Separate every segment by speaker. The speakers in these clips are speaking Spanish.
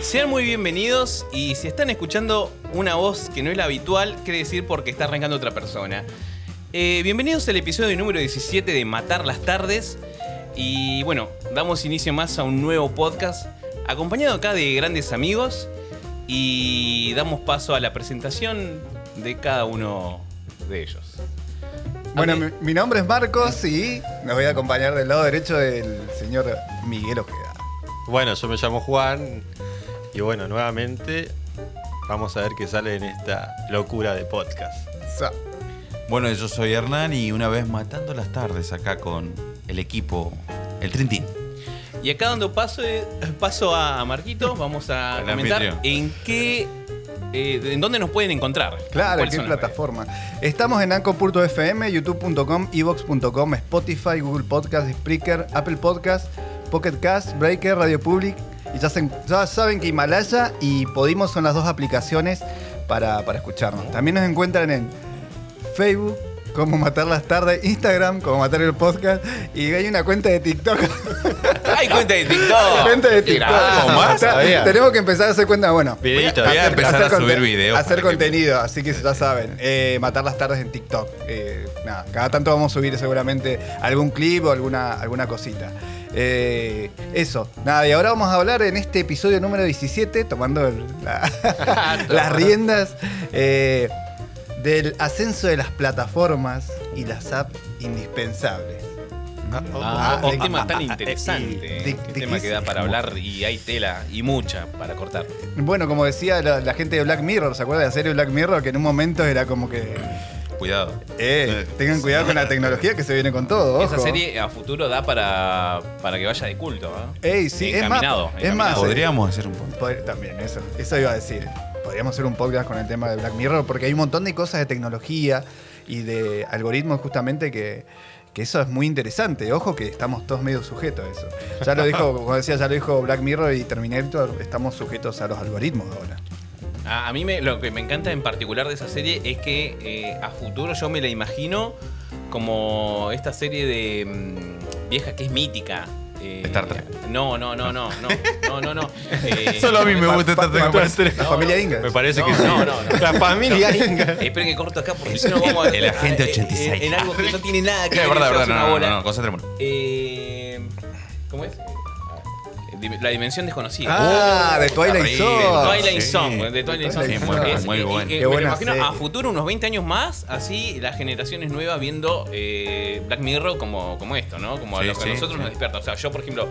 Speaker 1: Sean muy bienvenidos y si están escuchando una voz que no es la habitual, quiere decir porque está arrancando otra persona. Eh, bienvenidos al episodio número 17 de Matar las Tardes y bueno, damos inicio más a un nuevo podcast acompañado acá de grandes amigos y damos paso a la presentación de cada uno de ellos.
Speaker 2: Bueno,
Speaker 1: Ok.
Speaker 2: mi, mi nombre es Marcos y me voy a acompañar del lado derecho del señor Miguel Ojeda.
Speaker 3: Bueno, yo me llamo Juan y bueno, nuevamente vamos a ver qué sale en esta locura de podcast.
Speaker 2: Sa-
Speaker 4: Bueno, yo soy Hernán y una vez matando las tardes acá con el equipo, el Trintín.
Speaker 1: Y acá dando paso, eh, paso a Marquito, vamos a
Speaker 4: El
Speaker 1: comentar
Speaker 4: anfitrión.
Speaker 1: en qué, eh, en dónde nos pueden encontrar.
Speaker 2: Claro,
Speaker 1: ¿Cuáles
Speaker 2: qué
Speaker 1: son las
Speaker 2: plataforma. Estamos en anco.fm, youtube.com, evox.com, Spotify, Google Podcast, Spreaker, Apple Podcast, Pocket Cast, Breaker, Radio Public. Y ya, se- ya saben que Himalaya y Podimo son las dos aplicaciones para, para escucharnos. También nos encuentran en Facebook, como Matar las Tardes, Instagram, como Matar el Podcast. Y hay una cuenta de TikTok.
Speaker 1: redes? ¡Ay, cuenta de TikTok!
Speaker 2: Gente de TikTok.
Speaker 4: Tirá, más,
Speaker 2: Ta-
Speaker 3: sabía.
Speaker 2: Tenemos que empezar a hacer cuenta, bueno.
Speaker 3: Videito,
Speaker 4: Voy a
Speaker 2: hacer-
Speaker 4: empezar
Speaker 2: hacer
Speaker 4: a subir
Speaker 2: conte-
Speaker 4: videos
Speaker 2: Hacer
Speaker 4: para que-
Speaker 2: contenido, así que ya saben. eh, matar las tardes en TikTok. Eh, nada, cada tanto vamos a subir seguramente algún clip o alguna, alguna cosita. Eh, eso, nada, y ahora vamos a hablar en este episodio número 17, tomando el- la- las riendas eh, del ascenso de las plataformas y las apps indispensables.
Speaker 1: Ah,
Speaker 2: Ah,
Speaker 1: un
Speaker 2: de-
Speaker 1: tema tan
Speaker 2: ah,
Speaker 1: interesante.
Speaker 2: eh, de-
Speaker 1: un
Speaker 2: de-
Speaker 1: tema que da para hablar y hay tela y mucha para cortar.
Speaker 2: Bueno, como decía la, la gente de Black Mirror, ¿se acuerda de la serie Black Mirror? Que en un momento era como que.
Speaker 4: Cuidado.
Speaker 2: Eh, tengan cuidado con la tecnología que se viene con todo.
Speaker 1: Esa
Speaker 2: ojo.
Speaker 1: serie a futuro da para, para que vaya de culto. ¿eh?
Speaker 2: Ey, sí, es más.
Speaker 1: Encaminado,
Speaker 2: Es más.
Speaker 1: encaminado.
Speaker 4: Podríamos hacer un podcast.
Speaker 2: pod- También, eso, eso iba a decir. Podríamos hacer un podcast con el tema de Black Mirror, porque hay un montón de cosas de tecnología y de algoritmos justamente que, que eso es muy interesante. Ojo que estamos todos medio sujetos a eso. Ya lo dijo, como decía, ya lo dijo Black Mirror y Terminator, estamos sujetos a los algoritmos ahora.
Speaker 1: A, a mí me- lo que me encanta en particular de esa serie es que eh, a futuro yo me la imagino como esta serie de mm, vieja que es mítica. eh,
Speaker 4: Star Trek.
Speaker 1: No, no, no, no, no, no, no, no. Eh,
Speaker 4: Solo a mí me
Speaker 2: Pa-
Speaker 4: gusta
Speaker 2: pa-
Speaker 4: esta
Speaker 2: pa-
Speaker 4: tecnología.
Speaker 2: La familia Inga.
Speaker 3: Me parece
Speaker 1: No,
Speaker 3: que sí.
Speaker 1: no, no, no.
Speaker 3: La familia Inga.
Speaker 1: Esperen que corto acá porque si no vamos a.
Speaker 4: El agente
Speaker 1: eh, eh,
Speaker 4: 86.
Speaker 1: En, algo que no tiene nada que
Speaker 4: Es
Speaker 1: ver.
Speaker 4: verdad,
Speaker 1: eso
Speaker 4: verdad,
Speaker 1: es una
Speaker 4: no, no,
Speaker 1: bola.
Speaker 4: no, no, concentrémonos.
Speaker 1: Eh, ¿Cómo es? Dim- La dimensión desconocida.
Speaker 2: Ah,
Speaker 4: Oh,
Speaker 2: de Twilight
Speaker 4: terrible.
Speaker 2: Zone.
Speaker 1: Twilight
Speaker 4: sí.
Speaker 1: Zone, de Twilight
Speaker 2: Twilight
Speaker 1: Zone.
Speaker 2: Zone. Sí, muy
Speaker 1: Es- eh,
Speaker 4: buena, muy
Speaker 1: eh,
Speaker 4: buena.
Speaker 1: me
Speaker 2: Qué buena
Speaker 1: imagino a
Speaker 2: serie.
Speaker 1: futuro, unos 20 años más, así las generaciones nuevas viendo eh, Black Mirror como, como esto, ¿no? Como
Speaker 4: Sí,
Speaker 1: lo que
Speaker 4: sí,
Speaker 1: a nosotros
Speaker 4: sí.
Speaker 1: nos despierta. O sea, yo, por ejemplo,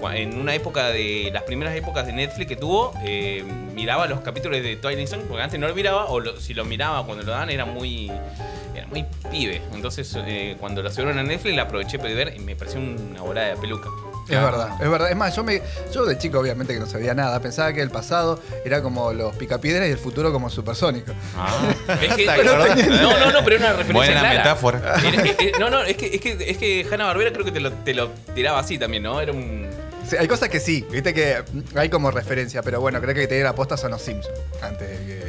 Speaker 1: cua- en una época de. las primeras épocas de Netflix que tuvo, eh, miraba los capítulos de Twilight Zone, porque antes no lo miraba, o lo- si lo miraba cuando lo daban era muy. Era muy pibe. Entonces, eh, cuando lo subieron a Netflix, la aproveché para ver y me pareció una bola de peluca.
Speaker 2: Es verdad, es verdad. Es más, yo me, yo de chico obviamente que no sabía nada. Pensaba que el pasado era como los picapiedras y el futuro como supersónico. Ah.
Speaker 1: Es que-
Speaker 3: Pero tenía-
Speaker 1: no, no, no, pero era una referencia
Speaker 4: Buena
Speaker 1: clara.
Speaker 4: metáfora.
Speaker 1: Era- eh, eh, no, no, es que, es que, es que Hanna Barbera creo que te lo, te lo tiraba así también, ¿no? Era un.
Speaker 2: Sí, hay cosas que sí, viste que hay como referencia, pero bueno, creo que tenía la posta son los Simpsons. Antes de que.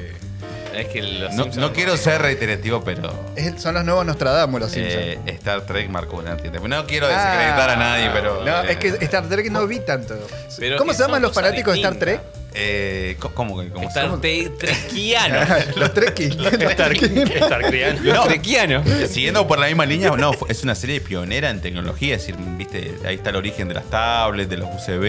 Speaker 1: Es que
Speaker 2: Ah,
Speaker 1: los
Speaker 4: No,
Speaker 1: Simpsons-
Speaker 4: no quiero ser reiterativo, pero
Speaker 2: Es- son los nuevos Nostradamus los Simpsons.
Speaker 4: eh, Star Trek marcó una tienda. No quiero
Speaker 2: Ah.
Speaker 4: desacreditar a nadie, pero...
Speaker 2: no,
Speaker 4: eh,
Speaker 2: es que Star Trek no vi tanto.
Speaker 1: Pero
Speaker 2: ¿Cómo
Speaker 1: que
Speaker 2: se llaman
Speaker 1: son
Speaker 2: los
Speaker 1: cosas
Speaker 2: fanáticos de Star Trek?
Speaker 1: distintas.
Speaker 4: eh, ¿cómo- ¿Cómo que- cómo se
Speaker 1: Star
Speaker 4: llama?
Speaker 1: Trek- Trekiano.
Speaker 2: los Trekkies.
Speaker 1: Los Trekianos.
Speaker 4: Siguiendo por la misma línea, no, fue- es una serie pionera en tecnología, es decir, viste, ahí está el origen de las tablets, de los USB,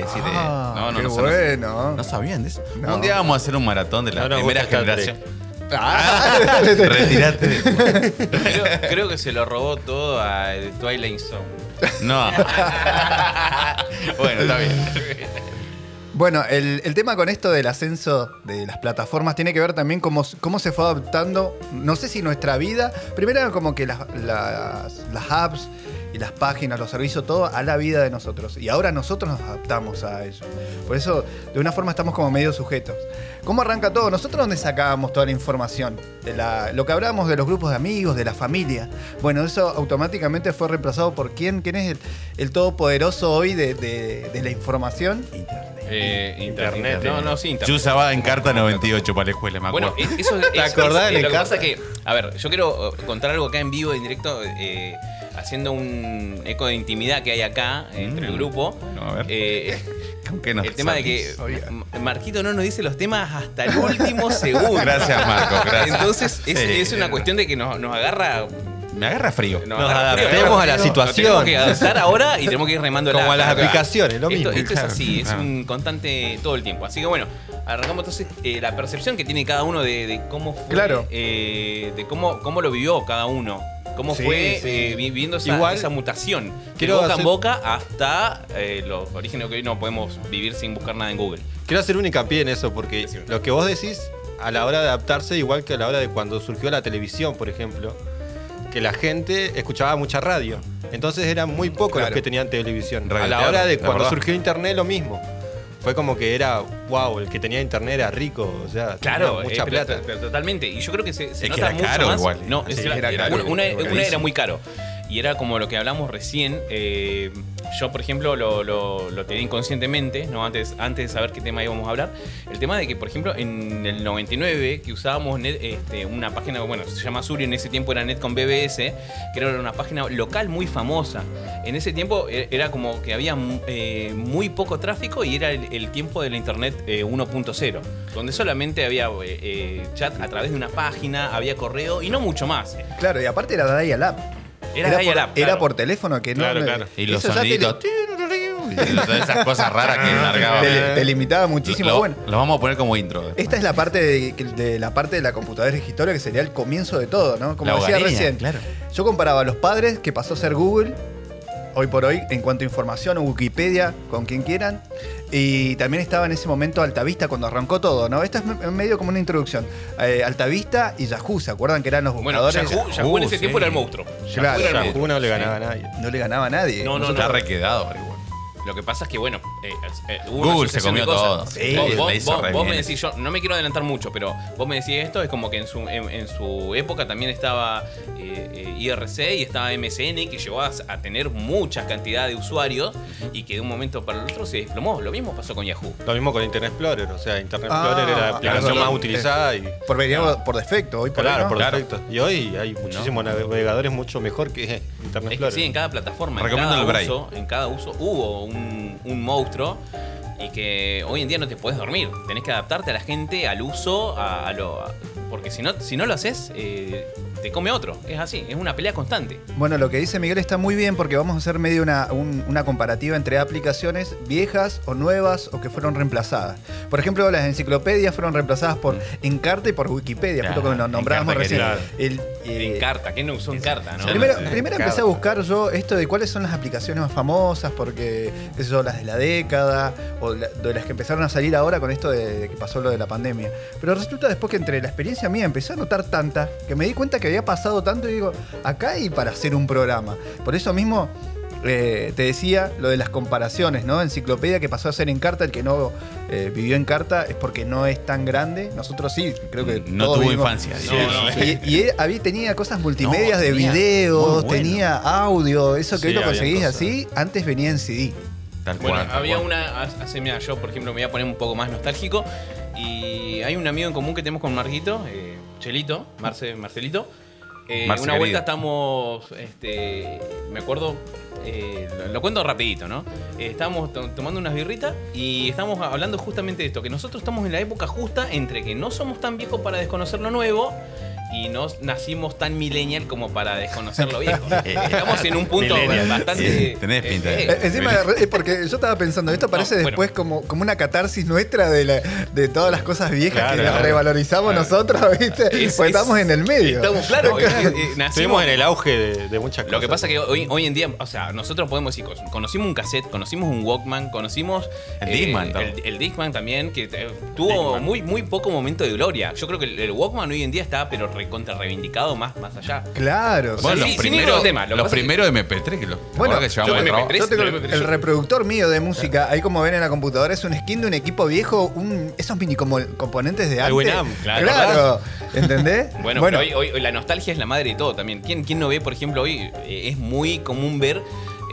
Speaker 4: es decir, de-
Speaker 2: Ah,
Speaker 4: no, no,
Speaker 2: qué
Speaker 4: no, no,
Speaker 2: bueno.
Speaker 4: no, sabían de eso.
Speaker 2: No.
Speaker 4: Un día vamos a hacer un maratón de la
Speaker 3: No nos
Speaker 4: primera
Speaker 3: gusta Star
Speaker 4: generación.
Speaker 2: Ah,
Speaker 4: Retirate.
Speaker 1: Creo, creo que se lo robó todo a Twilight Zone.
Speaker 4: No. bueno, está bien.
Speaker 2: Bueno, el, el tema con esto del ascenso de las plataformas tiene que ver también cómo, cómo se fue adaptando, no sé si nuestra vida, primero era como que las, las- las apps y las páginas, los servicios, todo a la vida de nosotros. Y ahora nosotros nos adaptamos a eso. Por eso, de una forma, estamos como medio sujetos. ¿Cómo arranca todo? Nosotros dónde sacábamos toda la información, de la- lo que hablábamos de los grupos de amigos, de la familia. Bueno, eso automáticamente fue reemplazado por quién, quién es el, el todopoderoso hoy de- de- de la información.
Speaker 1: Eh,
Speaker 3: Internet.
Speaker 1: No, no, sí, internet.
Speaker 4: Yo usaba en carta 98 para la escuela, me acuerdo.
Speaker 1: Bueno, e- eso es.
Speaker 3: acordás
Speaker 1: es-
Speaker 3: del
Speaker 1: Lo que
Speaker 3: Encarta?
Speaker 1: pasa es que. A ver, yo quiero eh, contar algo acá en vivo, en directo. eh, haciendo un eco de intimidad que hay acá entre
Speaker 4: Mm.
Speaker 1: el grupo.
Speaker 4: Bueno, a ver.
Speaker 1: eh,
Speaker 4: ¿Con qué nos
Speaker 1: el tema de que
Speaker 4: salís?
Speaker 1: Ma- Marquito no nos dice los temas hasta el último segundo.
Speaker 4: Gracias, Marco. Gracias.
Speaker 1: Entonces es,
Speaker 4: Sí. eh.
Speaker 1: es una cuestión de que nos, nos agarra.
Speaker 4: Me agarra frío.
Speaker 1: Nos,
Speaker 3: Nos
Speaker 1: agarra frío,
Speaker 3: adaptemos a la
Speaker 1: Nos
Speaker 3: situación.
Speaker 1: tenemos que adaptar ahora y tenemos que ir remando
Speaker 3: Como a las aplicaciones, lo
Speaker 1: Esto,
Speaker 3: mismo. Ah.
Speaker 1: esto es
Speaker 4: Claro,
Speaker 1: así, es
Speaker 4: claro.
Speaker 1: un constante todo el tiempo. Así que bueno, arrancamos entonces eh, la percepción que tiene cada uno de, de cómo fue,
Speaker 2: Claro.
Speaker 1: eh, de cómo, cómo lo vivió cada uno. Cómo
Speaker 2: Sí,
Speaker 1: fue
Speaker 2: sí.
Speaker 1: eh, vi- viviendo esa,
Speaker 3: Igual,
Speaker 1: esa mutación. de
Speaker 3: quiero
Speaker 1: boca en
Speaker 3: hacer-
Speaker 1: boca hasta eh, los orígenes que hoy no podemos vivir sin buscar nada en Google.
Speaker 3: Quiero hacer un hincapié en eso, porque
Speaker 1: Decime.
Speaker 3: lo que vos decís a la hora de adaptarse, igual que a la hora de cuando surgió la televisión, por ejemplo, que la gente escuchaba mucha radio. Entonces eran muy pocos
Speaker 2: Claro.
Speaker 3: los que tenían televisión.
Speaker 4: Radio
Speaker 3: a la
Speaker 4: teatro,
Speaker 3: hora de
Speaker 4: la
Speaker 3: cuando
Speaker 4: verdad.
Speaker 3: surgió internet, lo mismo. Fue como que era, wow, el que tenía internet era rico, o sea,
Speaker 1: Claro,
Speaker 3: tenía
Speaker 1: eh,
Speaker 3: mucha
Speaker 1: pero-
Speaker 3: plata.
Speaker 1: pero totalmente. Y yo creo que se, se
Speaker 4: Es que
Speaker 1: nota
Speaker 4: era
Speaker 1: mucho
Speaker 4: caro
Speaker 1: más.
Speaker 4: igual.
Speaker 1: No, es
Speaker 4: Sí,
Speaker 1: la-
Speaker 2: era
Speaker 1: una-
Speaker 2: caro,
Speaker 1: una,
Speaker 4: era
Speaker 1: una era
Speaker 4: carísimo.
Speaker 1: muy caro. Y era como lo que hablamos recién. eh, yo, por ejemplo, lo, lo, lo tenía inconscientemente, ¿no? antes, antes de saber qué tema íbamos a hablar. El tema de que, por ejemplo, en el 99, que usábamos net- este, una página, bueno, se llama Suri, en ese tiempo era Net con BBS, que era una página local muy famosa. En ese tiempo eh, era como que había mm, eh, muy poco tráfico y era el, el tiempo de la internet eh, 1.0, donde solamente había eh, eh, chat a través de una página, había correo y no mucho más.
Speaker 2: Claro, y aparte era dial up.
Speaker 1: Era
Speaker 2: por,
Speaker 1: dial-up, claro.
Speaker 2: era por teléfono que no.
Speaker 3: Claro, claro.
Speaker 4: Y los
Speaker 2: eso ya te li-
Speaker 4: soniditos. Y todas esas cosas raras que largaba.
Speaker 2: Te, te limitaba muchísimo.
Speaker 4: Lo-
Speaker 2: bueno,
Speaker 4: Los vamos a poner como intro. después.
Speaker 2: esta es la parte de, de la parte de la computadora escritoria que sería el comienzo de todo, ¿no? Como
Speaker 4: La
Speaker 2: decía
Speaker 4: hogareña,
Speaker 2: recién.
Speaker 4: claro.
Speaker 2: Yo comparaba a los padres que pasó a ser Google hoy por hoy en cuanto a información, Wikipedia, con quien quieran. Y también estaba en ese momento Altavista cuando arrancó todo, ¿no? Esta es me- medio como una introducción. Eh, Altavista y Yahoo, ¿se acuerdan que eran los
Speaker 1: Bueno,
Speaker 2: buscadores?
Speaker 1: Yahoo, Yahoo en ese
Speaker 4: sí.
Speaker 1: tiempo era el monstruo. Yahoo
Speaker 2: Claro,
Speaker 1: era el
Speaker 2: Yahoo.
Speaker 1: monstruo.
Speaker 3: Yahoo no le
Speaker 1: Sí.
Speaker 3: ganaba a nadie.
Speaker 2: No le ganaba a nadie.
Speaker 1: No, no,
Speaker 4: Está
Speaker 1: no.
Speaker 4: requedado, pero igual.
Speaker 1: Lo que pasa es que, bueno, eh, eh, hubo una
Speaker 4: Google se
Speaker 1: asociación de
Speaker 4: comió
Speaker 1: cosas.
Speaker 4: todo.
Speaker 2: Sí,
Speaker 1: Vos, vos-
Speaker 4: le hizo
Speaker 1: vos-
Speaker 4: re
Speaker 1: vos me
Speaker 4: bien.
Speaker 1: decís, yo no me quiero adelantar mucho, pero vos me decís esto, es como que en su, en, en su época también estaba eh, eh, IRC y estaba MSN, que llegó a, a tener mucha cantidad de usuarios y que de un momento para el otro se desplomó. Lo mismo pasó con Yahoo.
Speaker 3: Lo mismo con Internet Explorer, o sea, Internet
Speaker 2: Ah,
Speaker 3: Explorer era la aplicación
Speaker 2: claro.
Speaker 3: más utilizada y
Speaker 2: Por, venía por defecto, hoy por hoy.
Speaker 3: claro,
Speaker 2: ¿no?
Speaker 3: por
Speaker 4: Claro.
Speaker 3: defecto. Y hoy hay muchísimos navegadores mucho mejor que Internet
Speaker 1: Es
Speaker 3: Explorer.
Speaker 1: que sí, en cada plataforma, en
Speaker 4: Recomiendo el
Speaker 1: cada,
Speaker 4: Brave.
Speaker 1: uso, en cada uso hubo un, un monstruo y que hoy en día no te puedes dormir. Tenés que adaptarte a la gente, al uso, a, a lo. a- porque si no, si no lo haces, eh, te come otro. Es así, es una pelea constante.
Speaker 2: Bueno, lo que dice Miguel está muy bien porque vamos a hacer medio una, un- una comparativa entre aplicaciones viejas o nuevas o que fueron reemplazadas. Por ejemplo, las enciclopedias fueron reemplazadas por Encarta y por Wikipedia,
Speaker 4: Mm. Claro,
Speaker 2: justo como nos nombrábamos
Speaker 4: Encarta que
Speaker 2: recién.
Speaker 4: claro.
Speaker 2: El, eh,
Speaker 1: Encarta, que no usó Encarta, ¿no?
Speaker 2: Primero,
Speaker 4: Sí,
Speaker 2: primero
Speaker 3: Encarta.
Speaker 2: empecé a buscar yo esto de cuáles son las aplicaciones más famosas, porque qué sé yo, las de la década, o la- de las que empezaron a salir ahora con esto de, de que pasó lo de la pandemia. Pero resulta después que entre la experiencia mía empecé a notar tanta, que me di cuenta que había pasado tanto y digo, acá hay para hacer un programa. Por eso mismo eh, te decía lo de las comparaciones, ¿no? Enciclopedia que pasó a ser en carta, el que no eh, vivió en carta es porque no es tan grande. Nosotros sí, creo que...
Speaker 4: No
Speaker 2: todos
Speaker 4: tuvo
Speaker 2: vivimos-
Speaker 4: infancia.
Speaker 1: Sí,
Speaker 4: digamos.
Speaker 1: no,
Speaker 2: y, y él había, tenía cosas multimedias
Speaker 4: No,
Speaker 2: de
Speaker 4: tenía- muy
Speaker 2: videos,
Speaker 4: bueno.
Speaker 2: tenía audio, eso que
Speaker 3: Sí,
Speaker 2: hoy lo
Speaker 3: había
Speaker 2: conseguís
Speaker 3: cosas.
Speaker 2: así, antes venía en CD.
Speaker 4: Tal cual.
Speaker 1: Bueno,
Speaker 4: tal
Speaker 1: había
Speaker 4: cual.
Speaker 1: una, hace, mira, yo por ejemplo me voy a poner un poco más nostálgico y hay un amigo en común que tenemos con Marquito, eh, Chelito, Marce, Marcelito. Eh,
Speaker 4: Marce,
Speaker 1: una
Speaker 4: querido.
Speaker 1: vuelta estamos, este, me acuerdo, eh, lo, lo cuento rapidito, ¿no? Eh, estábamos to- tomando unas birritas y estábamos hablando justamente de esto, que nosotros estamos en la época justa entre que no somos tan viejos para desconocer lo nuevo y no nacimos tan millennial como para desconocer lo viejo. Estamos en un punto
Speaker 3: Millennial.
Speaker 1: bastante...
Speaker 4: Sí, tenés pinta de-
Speaker 2: Eh, Encima,
Speaker 4: Bien.
Speaker 2: es porque yo estaba pensando, esto parece
Speaker 1: bueno.
Speaker 2: después como, como una catarsis nuestra de, la- de todas las cosas viejas
Speaker 3: Claro,
Speaker 2: que las
Speaker 3: claro.
Speaker 2: revalorizamos nosotros, ¿viste?
Speaker 1: Es-
Speaker 2: Pues
Speaker 1: es-
Speaker 2: estamos en el medio.
Speaker 1: Estamos, claro, eh, eh, eh, nacimos
Speaker 3: Estuvimos en el auge de, de muchas cosas.
Speaker 1: Lo que pasa que hoy, hoy en día, o sea, nosotros podemos decir, cos- conocimos un cassette, conocimos un Walkman, conocimos eh,
Speaker 4: El Discman también.
Speaker 1: el, el Discman también, que eh, tuvo
Speaker 4: Discman.
Speaker 1: muy muy poco momento de gloria. Yo creo que el, el Walkman hoy en día está, pero recontra reivindicado más, más allá.
Speaker 2: Claro.
Speaker 1: sea,
Speaker 4: Bueno,
Speaker 1: sí,
Speaker 4: los
Speaker 1: sin ir a
Speaker 4: primeros,
Speaker 1: los temas, lo que
Speaker 4: los
Speaker 1: pasa es que-
Speaker 4: primeros MP3 que los
Speaker 2: Bueno,
Speaker 4: que llevamos
Speaker 1: yo
Speaker 4: de trabajo.
Speaker 1: MP3
Speaker 2: Yo tengo
Speaker 1: Pero-
Speaker 2: el, el reproductor mío de música, ahí como ven en la computadora, es un skin de un equipo viejo, un, esos mini como- componentes de antes.
Speaker 3: Winamp,
Speaker 1: claro,
Speaker 2: Claro, ¿entendés?
Speaker 1: Bueno, pero hoy- hoy, hoy la nostalgia es la madre de todo también. ¿Quién, quién no ve, por ejemplo, hoy eh, es muy común ver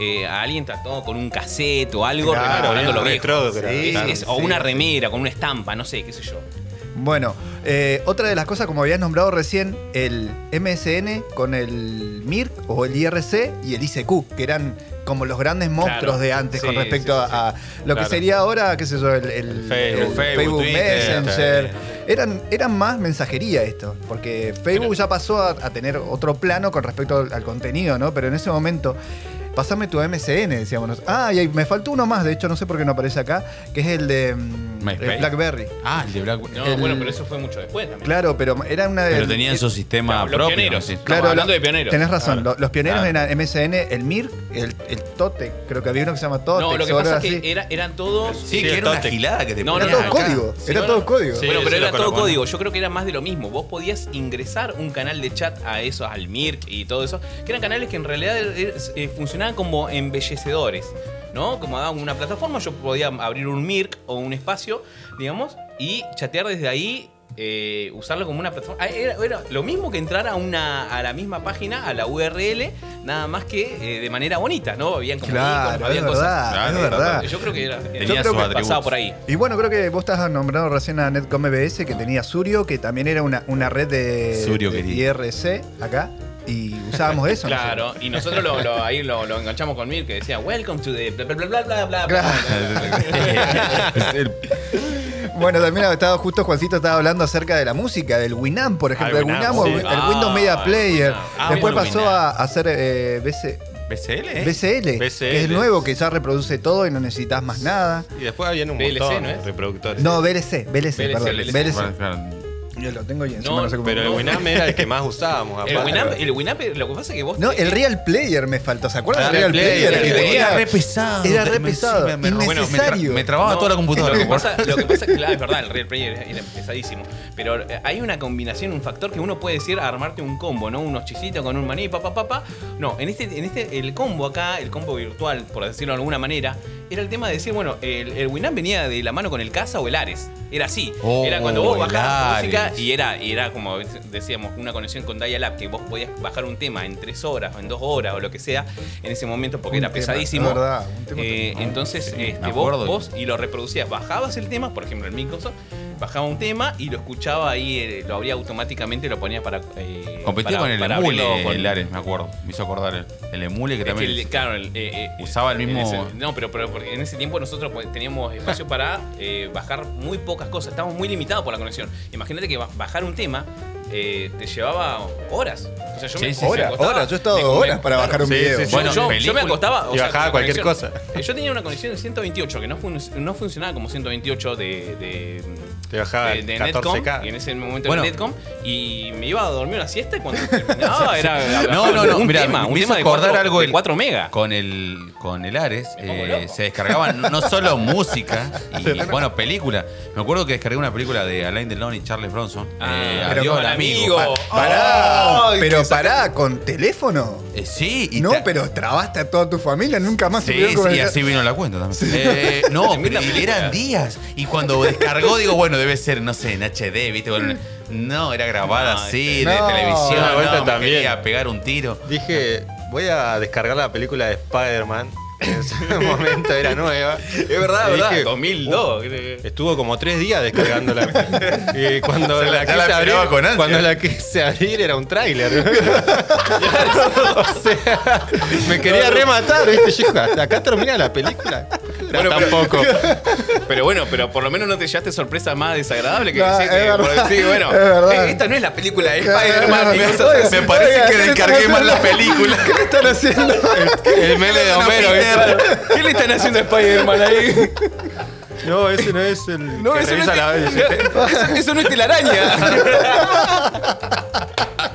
Speaker 1: eh, a alguien tratado con un cassette o algo
Speaker 2: Claro,
Speaker 1: rememorando
Speaker 3: bien
Speaker 1: lo viejo.
Speaker 3: retrógrado,
Speaker 1: Es-
Speaker 2: claro,
Speaker 1: es- o
Speaker 2: sí,
Speaker 1: una
Speaker 2: sí.
Speaker 1: remera con una estampa, no sé, qué sé yo.
Speaker 2: Bueno, eh, otra de las cosas, como habías nombrado recién, el MSN con el MIR o el IRC y el ICQ, que eran como los grandes monstruos
Speaker 1: Claro.
Speaker 2: de antes con
Speaker 1: Sí,
Speaker 2: respecto
Speaker 1: sí, sí,
Speaker 2: a, a lo
Speaker 3: Claro.
Speaker 2: que sería ahora, qué sé yo, el, el- el
Speaker 3: Facebook,
Speaker 4: Facebook,
Speaker 2: Facebook
Speaker 4: Twitter,
Speaker 2: Messenger.
Speaker 3: sí.
Speaker 2: Eran, eran más mensajería esto, porque Facebook ya pasó a, a tener otro plano con respecto al, al contenido, ¿no? Pero en ese momento, pasame tu MSN, decíamos. nosotros. Ah, y ahí me faltó uno más, de hecho, no sé por qué no aparece acá, que es el de mm,
Speaker 4: MySpace.
Speaker 2: el Blackberry.
Speaker 4: Ah, el de Black.
Speaker 1: No,
Speaker 2: El-
Speaker 1: bueno, pero eso fue mucho después también.
Speaker 2: Claro, pero era una de. eh,
Speaker 4: Pero tenían su sistema
Speaker 1: Los
Speaker 4: propio.
Speaker 1: pioneros.
Speaker 4: sí.
Speaker 1: Claro. Estamos hablando
Speaker 2: lo-
Speaker 1: de pioneros.
Speaker 2: Tenés razón.
Speaker 4: Claro.
Speaker 2: lo- los pioneros
Speaker 4: Claro.
Speaker 2: eran MSN, el MIR, el, el Totec. Creo que había uno que se llama Totec.
Speaker 1: No, lo que
Speaker 2: o algo
Speaker 1: pasa es
Speaker 2: así.
Speaker 1: que era- eran todos.
Speaker 4: Sí,
Speaker 3: Sí,
Speaker 4: que era una
Speaker 3: Totic.
Speaker 4: gilada que te
Speaker 1: No,
Speaker 2: era
Speaker 4: ponían
Speaker 2: todo
Speaker 4: acá.
Speaker 2: código.
Speaker 1: Sí,
Speaker 2: era
Speaker 1: no,
Speaker 2: todo
Speaker 1: no.
Speaker 2: código.
Speaker 3: Sí.
Speaker 1: bueno, pero
Speaker 3: se lo
Speaker 1: era todo
Speaker 3: conozco, ¿no?
Speaker 1: código. Yo creo que era más de lo mismo. Vos podías ingresar un canal de chat a esos, al MIRC y todo eso, que eran canales que en realidad eh, eh, funcionaban como embellecedores, ¿no? Como daban una plataforma, yo podía abrir un MIRC o un espacio, digamos, y chatear desde ahí. eh, usarlo como una plataforma. Ah, Era, era lo mismo que entrar a una a la misma página, a la URL, nada más que eh, de manera bonita, ¿no? Habían como
Speaker 2: Claro,
Speaker 1: iconos, habían
Speaker 2: es verdad,
Speaker 1: cosas.
Speaker 4: es
Speaker 2: verdad.
Speaker 1: Ah, Yo creo que era, era-
Speaker 4: Tenía
Speaker 1: yo
Speaker 4: sus
Speaker 1: creo que pasaba
Speaker 4: atributos.
Speaker 1: por ahí.
Speaker 2: Y bueno, creo que vos estás nombrado recién a Netcom BS que tenía Surio, que también era una, una red de,
Speaker 4: Surio,
Speaker 2: de
Speaker 4: querido.
Speaker 2: IRC acá. Y usábamos eso. nosotros.
Speaker 1: Claro, y nosotros lo, lo- ahí lo, lo enganchamos con Mir que decía Welcome to the bla bla bla bla bla bla.
Speaker 4: El-
Speaker 2: Bueno, también estaba justo Juancito estaba hablando acerca de la música, del Winamp, por ejemplo.
Speaker 4: Ah,
Speaker 2: el
Speaker 4: Winamp,
Speaker 2: Winamp, el
Speaker 4: sí.
Speaker 1: Ah,
Speaker 2: Windows Media
Speaker 1: el
Speaker 2: Player.
Speaker 1: Winamp.
Speaker 4: Ah,
Speaker 2: Después
Speaker 4: bueno,
Speaker 2: pasó
Speaker 4: Winamp.
Speaker 2: a, a hacer eh, BC,
Speaker 4: ¿BCL? eh?
Speaker 2: BCL, que es
Speaker 3: BCL.
Speaker 2: nuevo, que ya reproduce todo y no necesitas más nada.
Speaker 3: Y después habían un
Speaker 1: VLC,
Speaker 3: montón
Speaker 1: ¿no es?
Speaker 3: de reproductores.
Speaker 2: No, VLC, VLC,
Speaker 1: VLC,
Speaker 2: perdón.
Speaker 1: VLC.
Speaker 2: VLC.
Speaker 4: Bueno, claro.
Speaker 2: Yo lo tengo ahí encima,
Speaker 1: No,
Speaker 2: no sé cómo-
Speaker 3: Pero el Winamp era el que más usábamos.
Speaker 1: El
Speaker 3: aparte.
Speaker 1: Winamp, el Winamp, lo que pasa es que vos.
Speaker 2: No, el Real Player me faltó. ¿Se acuerdan del Real
Speaker 3: Real
Speaker 2: Player?
Speaker 3: Player,
Speaker 2: que
Speaker 3: el que
Speaker 2: tenía?
Speaker 4: Era re pesado.
Speaker 2: Era re
Speaker 4: Me- me-
Speaker 2: pesado,
Speaker 4: me- me- bueno, me tra-
Speaker 2: innecesario.
Speaker 4: me trababa
Speaker 1: No,
Speaker 4: toda la computadora.
Speaker 1: Lo que
Speaker 4: como-
Speaker 1: pasa, lo que pasa es que, claro, es verdad, el Real Player es- es pesadísimo. Pero eh, hay una combinación, un factor que uno puede decir armarte un combo, ¿no? Unos chisitos con un maní, papá, papá. No, en este, en este, el combo acá, el combo virtual, por decirlo de alguna manera, era el tema de decir, bueno, el, el Winamp venía de la mano con el Casa o el Ares. Era así.
Speaker 4: Oh,
Speaker 1: era cuando vos
Speaker 4: el
Speaker 1: bajabas música
Speaker 4: Ares.
Speaker 1: y era, y era como decíamos, una conexión con Dial-Up, que vos podías bajar un tema en tres horas o en dos horas o lo que sea, en ese momento, porque
Speaker 2: Un
Speaker 1: era
Speaker 2: tema,
Speaker 1: pesadísimo.
Speaker 2: es verdad, un tema
Speaker 1: Eh,
Speaker 4: tremendo.
Speaker 1: entonces,
Speaker 4: Sí,
Speaker 1: este,
Speaker 4: me acuerdo.
Speaker 1: vos, vos y lo reproducías. Bajabas el tema, por ejemplo, el Microsoft, bajaba un tema y lo escuchaba ahí, eh, lo abría automáticamente, lo ponía para. eh,
Speaker 4: Competía
Speaker 1: para-
Speaker 4: con el
Speaker 1: para
Speaker 4: emule,
Speaker 1: abrirlo con-
Speaker 4: el Ares, me acuerdo. Me hizo acordar el, el emule que
Speaker 1: Es que
Speaker 4: también.
Speaker 1: el- claro, el, eh, eh,
Speaker 4: Usaba el
Speaker 1: en
Speaker 4: mismo-
Speaker 1: ese- no, pero, pero porque en ese tiempo nosotros pues, teníamos espacio para eh, bajar muy pocas cosas. Estábamos muy limitados por la conexión. Imagínate que ba- bajar un tema eh, te llevaba horas. O sea, yo
Speaker 4: Sí,
Speaker 1: me,
Speaker 4: sí, sí.
Speaker 1: me
Speaker 2: Horas,
Speaker 1: acostaba-
Speaker 2: horas. Yo he estado
Speaker 1: me- me-
Speaker 2: horas para bajar un
Speaker 3: sí,
Speaker 2: video.
Speaker 3: sí, sí.
Speaker 4: Bueno,
Speaker 1: yo, yo
Speaker 4: película.
Speaker 1: me acostaba.
Speaker 3: Y bajaba
Speaker 1: con
Speaker 3: cualquier
Speaker 1: conexión-
Speaker 3: cosa.
Speaker 1: eh, Yo tenía una conexión de 128 que no, fun- no funcionaba como 128 de. de
Speaker 3: Te bajaba
Speaker 1: de- de
Speaker 3: 14K.
Speaker 1: Netcom, y en ese momento
Speaker 4: Bueno.
Speaker 1: era Netcom, y me iba a dormir una siesta y cuando terminaba era
Speaker 4: No, no, no,
Speaker 1: un
Speaker 4: mirá,
Speaker 1: tema,
Speaker 4: me
Speaker 1: un
Speaker 4: hizo
Speaker 1: tema de
Speaker 4: acordar
Speaker 1: 4,
Speaker 4: algo el-
Speaker 1: 4 megas.
Speaker 4: Ah. Con el, con el Ares
Speaker 1: Me pongo
Speaker 4: eh,
Speaker 1: loco.
Speaker 4: se descargaban no solo música, y bueno, película. Me acuerdo que descargué una película de Alain Delon y Charles Bronson. eh,
Speaker 1: Ah,
Speaker 2: pero
Speaker 4: Adiós,
Speaker 2: con
Speaker 1: amigo.
Speaker 4: amigo.
Speaker 2: Pará,
Speaker 1: Ay,
Speaker 2: pero
Speaker 1: qué
Speaker 2: pará, con teléfono.
Speaker 4: Eh, sí, y
Speaker 2: No,
Speaker 4: ta-
Speaker 2: pero trabaste a toda tu familia, nunca más
Speaker 4: Sí,
Speaker 2: pudieron
Speaker 4: sí, y
Speaker 2: comunicar.
Speaker 4: así vino la cuenta también. Eh, no,
Speaker 1: Tremenda
Speaker 4: pero
Speaker 1: película.
Speaker 4: eran días. Y cuando descargó, digo, bueno, debe ser, no sé, en HD, ¿viste? Bueno, no, era grabada
Speaker 1: No,
Speaker 4: así,
Speaker 2: no.
Speaker 4: de televisión.
Speaker 3: Una vuelta
Speaker 4: No, me
Speaker 3: también.
Speaker 4: quería pegar un tiro.
Speaker 3: Dije, voy a descargar la película de Spider-Man. que En ese momento era nueva. Es
Speaker 1: verdad, verdad. 2002.
Speaker 4: "Uh,
Speaker 1: creo
Speaker 4: eh,
Speaker 1: que-
Speaker 3: Estuvo como tres días descargándola. y cuando
Speaker 4: Se la-
Speaker 3: la,
Speaker 4: ya
Speaker 3: quise
Speaker 4: la
Speaker 3: abrir,
Speaker 4: esperaba con ansia.
Speaker 3: cuando la quise abrir era un tráiler. o sea, me quería rematar, ¿viste? Yo, digo, "¿Hasta acá termina la película.
Speaker 1: Bueno, pero-
Speaker 3: tampoco.
Speaker 1: Pero bueno, pero por lo menos no te llevaste sorpresa más desagradable que
Speaker 2: No,
Speaker 1: decirte,
Speaker 2: es
Speaker 1: por
Speaker 2: verdad,
Speaker 1: decir, bueno, Eh,
Speaker 2: es verdad.
Speaker 1: esta no es la película de
Speaker 2: Claro,
Speaker 1: Spider-Man.
Speaker 2: claro,
Speaker 1: y cosas
Speaker 2: claro.
Speaker 1: así.
Speaker 4: Me parece
Speaker 2: Oiga,
Speaker 4: que
Speaker 2: ¿qué le están
Speaker 4: descargué más la
Speaker 2: haciendo?
Speaker 4: película.
Speaker 2: ¿Qué le están haciendo?
Speaker 3: El meme de Homero, ¿viste?
Speaker 1: ¿Qué le están haciendo a Spider-Man ahí?
Speaker 3: No, ese no es el.
Speaker 1: No,
Speaker 3: que
Speaker 1: eso no,
Speaker 3: revisa la-
Speaker 1: es, eso- eso no es telaraña.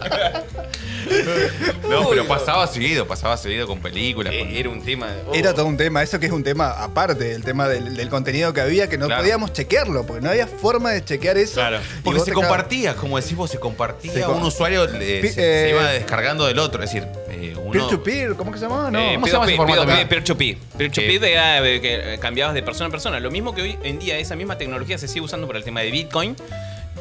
Speaker 4: No, pero pasaba seguido, pasaba seguido con películas. con-
Speaker 1: Eh, Era un tema. oh.
Speaker 2: Era todo un tema, eso que es un tema aparte, el tema del, del contenido que había, que no
Speaker 4: Claro.
Speaker 2: podíamos chequearlo, porque no había forma de chequear eso.
Speaker 3: Claro.
Speaker 2: Y
Speaker 4: Porque
Speaker 2: vos
Speaker 4: se
Speaker 2: te quedabas-
Speaker 4: compartía, como decís vos, se compartía.
Speaker 2: Se co-
Speaker 4: un usuario le-
Speaker 2: Pi-
Speaker 4: se, se
Speaker 2: eh,
Speaker 4: iba descargando del otro. Es decir, eh, uno.
Speaker 2: Peer-to-peer, ¿cómo que se llamaba? No,
Speaker 1: Eh, P2P,
Speaker 4: ¿cómo se llama ese formato
Speaker 1: P2P,
Speaker 4: acá?
Speaker 1: Peer-to-peer. Peer-to-peer
Speaker 4: Eh.
Speaker 1: era, eh, que eh, cambiabas de persona a persona. Lo mismo que hoy en día esa misma tecnología se sigue usando para el tema de Bitcoin,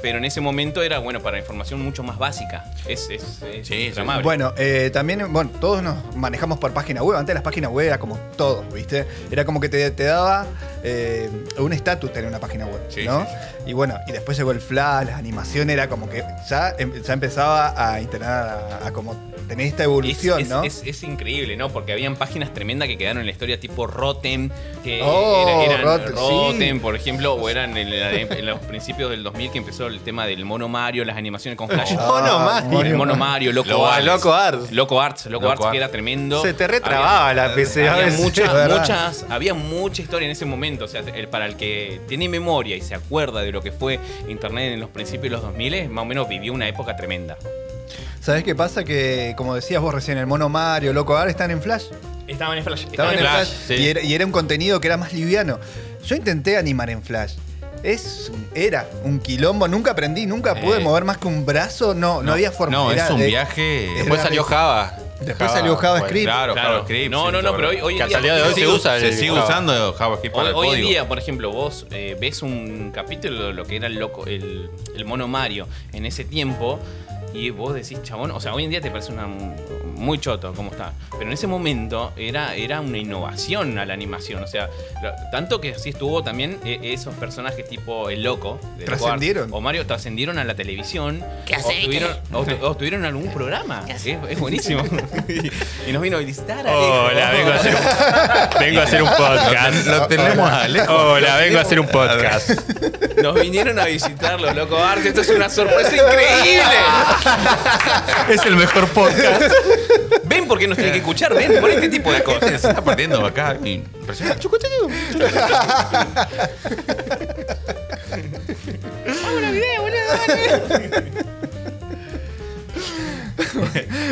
Speaker 1: pero en ese momento era, bueno, para información mucho más básica. Es, es, es
Speaker 4: Sí, sí.
Speaker 1: inflamable.
Speaker 2: Bueno, eh, también, bueno, todos nos manejamos por página web. Antes las páginas web era como todo, ¿viste? Era como que te, te daba eh, un estatus tener una página web,
Speaker 1: Sí,
Speaker 2: ¿no?
Speaker 1: sí,
Speaker 2: Y bueno, y después llegó el Flash, las animaciones, era como que ya, em- ya empezaba a internar a, a como tener esta evolución,
Speaker 1: es,
Speaker 2: ¿no?
Speaker 1: es- es increíble, ¿no? Porque habían páginas tremendas que quedaron en la historia, tipo Rotem, que
Speaker 2: Oh,
Speaker 1: era- eran
Speaker 2: Rot- sí.
Speaker 1: Rotem, por ejemplo, o eran en, la- en los principios del 2000 que empezó el tema del Mono Mario, las animaciones con Flash.
Speaker 2: Ah,
Speaker 3: Mono Mario.
Speaker 1: el Mono Mario, Loco
Speaker 3: Lo-
Speaker 1: Arts.
Speaker 3: Loco Arts.
Speaker 1: Loco Arts, Loco,
Speaker 4: Loco
Speaker 1: Arts, que
Speaker 4: Arts.
Speaker 1: era tremendo.
Speaker 5: Se te
Speaker 1: Había-
Speaker 5: retrababa Ah, la PC a
Speaker 1: había
Speaker 5: veces.
Speaker 1: muchas,
Speaker 2: es verdad.
Speaker 1: muchas, había mucha historia en ese momento. O sea, el- para el que tiene memoria y se acuerda de lo que fue Internet en los principios de los 2000, más o menos vivió una época tremenda.
Speaker 2: ¿Sabés qué pasa? Que, como decías vos recién, el mono Mario, Loco Ar están en Flash.
Speaker 1: Estaban en Flash.
Speaker 2: Estaban en Flash.
Speaker 1: sí.
Speaker 2: Y, era, y era un contenido que era más liviano. Yo intenté animar en Flash. Es, un- era un quilombo, nunca aprendí, nunca pude
Speaker 4: Eh.
Speaker 2: mover más que un brazo, no, no, había forma.
Speaker 4: No,
Speaker 2: Era
Speaker 4: es un
Speaker 2: de-
Speaker 4: viaje.
Speaker 2: era-
Speaker 3: Después salió Java.
Speaker 2: Después salió JavaScript.
Speaker 4: Claro,
Speaker 1: Claro.
Speaker 4: JavaScript.
Speaker 1: No,
Speaker 4: sí,
Speaker 1: no, no,
Speaker 4: todo.
Speaker 1: pero hoy, hoy
Speaker 3: Que
Speaker 1: en
Speaker 3: al
Speaker 1: día,
Speaker 3: día de hoy
Speaker 4: se,
Speaker 3: se usa. el
Speaker 4: sigue
Speaker 3: Java.
Speaker 4: usando JavaScript para
Speaker 1: hoy,
Speaker 4: el
Speaker 1: hoy
Speaker 4: código.
Speaker 1: en día, por ejemplo, vos eh, ves un capítulo de lo que era el loco, el, el mono Mario en ese tiempo y vos decís, chabón, o sea, hoy en día te parece una muy choto como está, pero en ese momento era, era una innovación a la animación, o sea, lo- tanto que así estuvo también eh, esos personajes tipo el loco de Loco Arts
Speaker 2: Trascendieron.
Speaker 1: o Mario trascendieron a la televisión,
Speaker 6: ¿Qué
Speaker 1: o
Speaker 6: hace?
Speaker 1: tuvieron, o tu- o tuvieron algún programa, es, es buenísimo y, y nos vino a visitar. Alejo.
Speaker 5: Hola, vengo a hacer, vengo a hacer un podcast.
Speaker 4: Lo tenemos a Alejo.
Speaker 5: Hola, vengo a hacer un podcast.
Speaker 1: Nos vinieron a visitar los locos Arts. Esto es una sorpresa increíble.
Speaker 5: Es el mejor podcast.
Speaker 1: Ven porque nos tienen que escuchar, ven por este tipo de
Speaker 4: Se
Speaker 1: cosas.
Speaker 4: está perdiendo acá. Impresionante.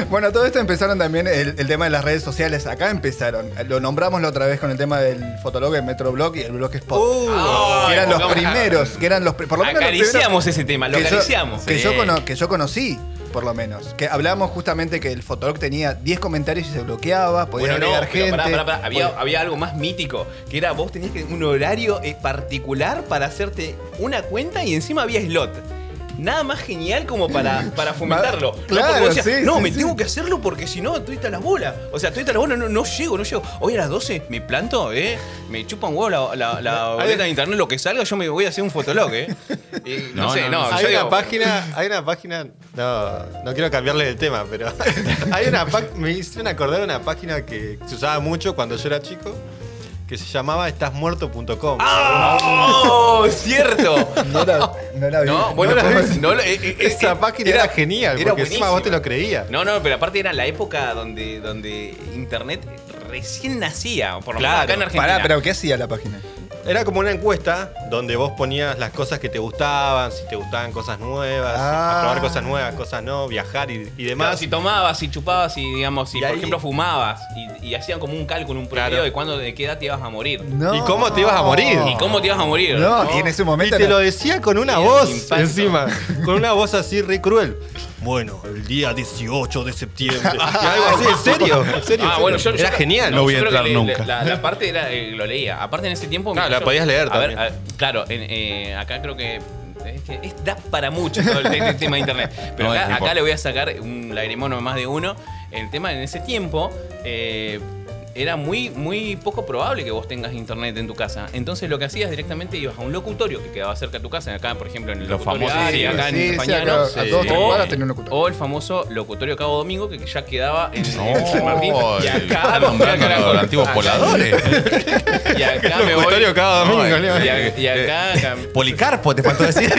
Speaker 2: Bueno, todo esto empezaron también el, el tema de las redes sociales. Acá empezaron. Lo nombramos la otra vez con el tema del Fotolog, el Metroblog y el Blogspot.
Speaker 1: Ah,
Speaker 2: que eran los
Speaker 1: pongamos-
Speaker 2: primeros, que eran los pri- por lo menos los primeros
Speaker 1: Acariciamos ese tema, lo
Speaker 2: que yo-
Speaker 1: acariciamos.
Speaker 2: Que,
Speaker 1: Sí.
Speaker 2: yo, cono- que yo conocí, por lo menos. Que hablábamos justamente que el Fotolog tenía 10 comentarios y se bloqueaba, podía
Speaker 1: Bueno, no,
Speaker 2: agregar
Speaker 1: pero
Speaker 2: gente.
Speaker 1: pará, pará, pará. Había,
Speaker 2: Podía-
Speaker 1: había algo más mítico, que era vos tenías que un horario eh, particular para hacerte una cuenta y encima había slot. Nada más genial como para, para fomentarlo. No,
Speaker 2: Claro,
Speaker 1: Porque vos decías,
Speaker 2: sí,
Speaker 1: no
Speaker 2: sí,
Speaker 1: me
Speaker 2: sí.
Speaker 1: tengo que hacerlo porque si no, estoy hasta las bolas. O sea, estoy hasta las bolas, no, no llego, no llego. Hoy a las 12 me planto, ¿eh? Me chupa un huevo la, la, la boleta de internet, lo que salga, yo me voy a hacer un fotolog, ¿eh? Y no,
Speaker 4: No,
Speaker 1: sé,
Speaker 4: no,
Speaker 1: no,
Speaker 4: no.
Speaker 1: yo
Speaker 3: Hay una
Speaker 1: digo,
Speaker 3: página, hay una página, no, no quiero cambiarle el tema, pero hay una pá- me hicieron acordar una página que se usaba mucho cuando yo era chico, que se llamaba estasmuerto.com.
Speaker 1: Ah, ¡Oh! ¡Cierto!
Speaker 2: No la, no la vi.
Speaker 1: No, bueno,
Speaker 2: No la vi.
Speaker 1: no, lo- eh, eh,
Speaker 3: Esa
Speaker 1: eh,
Speaker 3: página era, genial,
Speaker 1: era
Speaker 3: porque encima vos te
Speaker 1: buenísima.
Speaker 3: lo creías.
Speaker 1: No, no, pero aparte era la época donde, donde internet recién nacía, por lo menos acá en Argentina.
Speaker 2: Pará, pero ¿qué hacía la página?
Speaker 3: Era como una encuesta donde vos ponías las cosas que te gustaban, si te gustaban cosas nuevas,
Speaker 2: Ah.
Speaker 3: a probar cosas nuevas, cosas no, viajar y, y demás.
Speaker 1: Claro, si tomabas, y chupabas, y digamos, si
Speaker 3: Y
Speaker 1: por
Speaker 3: ahí-
Speaker 1: ejemplo fumabas, y, y hacían como un cálculo, un promedio
Speaker 3: Claro.
Speaker 1: de cuándo, de qué edad te ibas a morir.
Speaker 2: No.
Speaker 3: ¿Y cómo te ibas a morir?
Speaker 1: ¿Y cómo te ibas a morir?
Speaker 2: No, y en ese
Speaker 3: Y
Speaker 2: momento.
Speaker 3: te
Speaker 2: no.
Speaker 3: lo decía con una
Speaker 1: Bien,
Speaker 3: voz
Speaker 1: impacto.
Speaker 3: encima, con una voz así re cruel. Bueno, el día 18 de septiembre. Y algo así, en serio, en serio.
Speaker 1: Ah, bueno, yo,
Speaker 3: Era
Speaker 1: yo-
Speaker 3: genial.
Speaker 4: No voy a
Speaker 1: yo creo
Speaker 4: entrar
Speaker 1: que le-
Speaker 4: nunca.
Speaker 1: La, la parte era, eh, lo leía. Aparte en ese tiempo.
Speaker 3: Claro,
Speaker 1: mira,
Speaker 3: la podías leer
Speaker 1: a ver,
Speaker 3: también.
Speaker 1: a ver, claro, en, eh, acá creo que. Es que es- da para mucho todo el, el tema de internet. Pero
Speaker 4: No, es
Speaker 1: acá,
Speaker 4: muy
Speaker 1: acá
Speaker 4: poco.
Speaker 1: le voy a sacar un lagrimón a más de uno. El tema en ese tiempo. eh, era muy, muy poco probable que vos tengas internet en tu casa. Entonces lo que hacías directamente ibas a un locutorio que quedaba cerca de tu casa. Acá, por ejemplo, en el
Speaker 4: Los
Speaker 1: locutorio
Speaker 4: famosos,
Speaker 1: Ari,
Speaker 4: sí,
Speaker 1: acá
Speaker 2: sí,
Speaker 1: en
Speaker 2: sí,
Speaker 1: Pañano.
Speaker 2: acá a dos,
Speaker 4: tres
Speaker 1: O-
Speaker 2: cuadras tenía un locutorio.
Speaker 1: O el famoso locutorio Cabo Domingo que ya quedaba en
Speaker 4: No,
Speaker 1: en San Martín. Y acá,
Speaker 4: está nombrando
Speaker 1: acá-
Speaker 4: a los antiguos
Speaker 1: acá-
Speaker 4: pobladores.
Speaker 1: Ah, Y acá me voy.
Speaker 3: Locutorio cada
Speaker 4: No,
Speaker 3: domingo,
Speaker 4: eh,
Speaker 3: Leo.
Speaker 1: Y, a- y acá. acá-
Speaker 4: Policarpo, te faltó decir.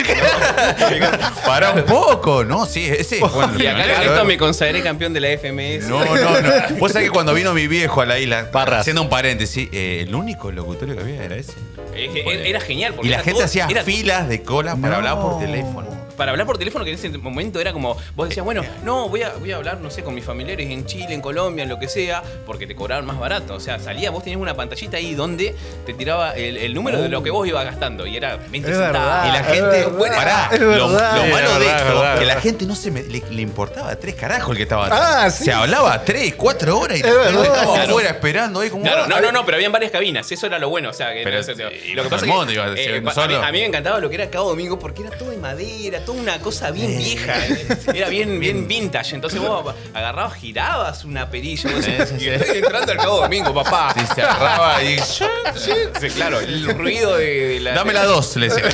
Speaker 4: Para un poco, ¿no? Sí, ese. Bueno,
Speaker 1: y acá con
Speaker 4: claro.
Speaker 1: esto me consagré campeón de la FMS.
Speaker 4: No, no, no. Vos sabés que cuando vino mi viejo a la isla,
Speaker 3: Parras.
Speaker 4: haciendo un paréntesis, eh, el único locutorio que había era ese.
Speaker 1: Eh, eh, Era genial. Porque
Speaker 4: Y la
Speaker 1: era
Speaker 4: gente
Speaker 1: todo-
Speaker 4: hacía
Speaker 1: era-
Speaker 4: filas de cola para
Speaker 2: No.
Speaker 4: hablar por teléfono.
Speaker 1: Para hablar por teléfono, que en ese momento era como, vos decías,
Speaker 4: Eh.
Speaker 1: bueno, no, voy a, voy a hablar, no sé, con mis familiares en Chile, en Colombia, en lo que sea, porque te cobraban más barato. O sea, salía, vos tenías una pantallita ahí donde te tiraba el, el número de lo que vos ibas gastando. Y era 20
Speaker 2: Es
Speaker 1: centavos.
Speaker 2: verdad.
Speaker 4: Oh. Y
Speaker 1: Y
Speaker 4: la
Speaker 1: la-
Speaker 2: es
Speaker 4: gente,
Speaker 2: verdad,
Speaker 4: pará,
Speaker 2: es
Speaker 4: lo, lo
Speaker 2: verdad.
Speaker 4: malo
Speaker 3: Sí, es
Speaker 4: de
Speaker 3: verdad,
Speaker 4: esto,
Speaker 3: es verdad,
Speaker 4: que
Speaker 3: es
Speaker 4: la
Speaker 3: verdad.
Speaker 4: gente no se me- le, le importaba tres carajos el que estaba atrás.
Speaker 2: Ah, sí.
Speaker 4: Se hablaba tres, cuatro horas y
Speaker 2: Es verdad.
Speaker 4: estábamos
Speaker 1: Claro.
Speaker 4: afuera esperando ahí como.
Speaker 1: Claro, no, no, no, pero habían varias cabinas, eso era lo bueno. O sea, que
Speaker 4: Pero
Speaker 1: o sea,
Speaker 4: sí.
Speaker 1: y lo que
Speaker 4: Todo
Speaker 1: pasa
Speaker 4: el mundo iba a
Speaker 1: es que,
Speaker 4: decir,
Speaker 1: eh,
Speaker 4: uno
Speaker 1: pa- a, mí,
Speaker 4: solo.
Speaker 1: a mí me encantaba lo que era Cabo Domingo porque era todo de madera, toda una cosa bien vieja. eh. Era bien, bien vintage. Entonces vos agarrabas, girabas una perilla. vos decías,
Speaker 4: Sí, sí, sí.
Speaker 1: "Y estoy entrando al Cabo Domingo, papá.
Speaker 4: Sí, se agarraba y.
Speaker 1: Sí, claro, el ruido de, de la.
Speaker 4: Dame la dos, le decía.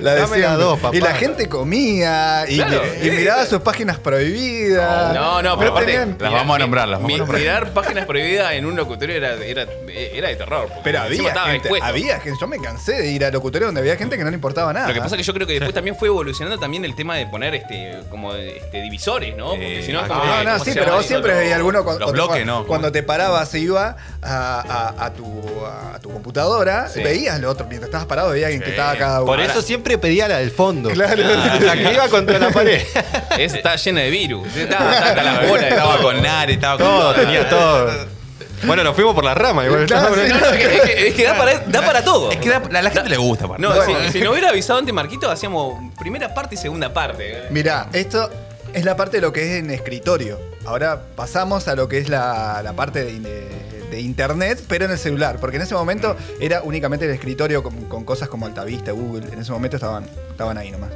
Speaker 2: La de
Speaker 3: Dame la
Speaker 2: siempre.
Speaker 3: dos, papá.
Speaker 2: Y la gente comía y,
Speaker 1: Claro.
Speaker 2: y miraba sus páginas prohibidas.
Speaker 1: No, no, pero aparte.
Speaker 2: tenían-
Speaker 4: Las vamos a nombrar, las vamos a
Speaker 1: mi-
Speaker 4: nombrar.
Speaker 1: Mirar páginas prohibidas en un locutorio era, era, era de terror. porque
Speaker 2: Pero
Speaker 1: encima
Speaker 2: había
Speaker 1: estaba
Speaker 2: gente,
Speaker 1: expuesto.
Speaker 2: había gente. Yo me cansé de ir a locutorios donde había gente que no le importaba nada.
Speaker 1: Lo que pasa es que yo creo que después también fue evolucionando también el tema de poner este como este divisores, ¿no? Porque
Speaker 4: Eh,
Speaker 1: si no, es como
Speaker 2: ah, No,
Speaker 1: que-
Speaker 2: no,
Speaker 1: ¿cómo
Speaker 2: sí,
Speaker 1: se
Speaker 2: pero
Speaker 1: llama
Speaker 2: vos
Speaker 1: eso?
Speaker 2: siempre
Speaker 1: Lo-
Speaker 2: veías alguno cuando,
Speaker 4: los bloques,
Speaker 2: cuando-
Speaker 4: ¿no?
Speaker 2: cuando te parabas e ibas a, a- a tu, a tu computadora,
Speaker 1: Sí.
Speaker 2: veías lo otro. Mientras estabas parado, veías en que estaba cada uno.
Speaker 3: Por eso siempre pedía la del fondo. Ah,
Speaker 2: Claro.
Speaker 3: La que iba contra la pared.
Speaker 1: Esa está llena de virus. Está, está hasta la bola de
Speaker 4: Estaba
Speaker 1: todo.
Speaker 4: con Nari, estaba con.
Speaker 3: Todo, tenía todo. Bueno, nos fuimos por la rama igual.
Speaker 2: Claro, sí.
Speaker 1: No, no, es que, es que- es que da, para, da para todo.
Speaker 4: Es que da- a la gente le gusta, aparte.
Speaker 1: No,
Speaker 2: Bueno.
Speaker 1: si, si no hubiera avisado ante Marquito, hacíamos primera parte y segunda parte.
Speaker 2: Mirá, esto es la parte de lo que es en escritorio. Ahora pasamos a lo que es la, la parte de, de- de internet, pero en el celular. Porque en ese momento era únicamente el escritorio con, con cosas como Altavista, Google. En ese momento estaban, estaban ahí nomás.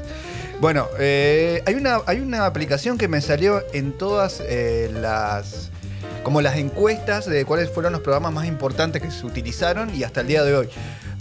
Speaker 2: Bueno, eh, hay, una, hay una aplicación que me salió en todas eh, las... Como las encuestas de cuáles fueron los programas más importantes que se utilizaron y hasta el día de hoy.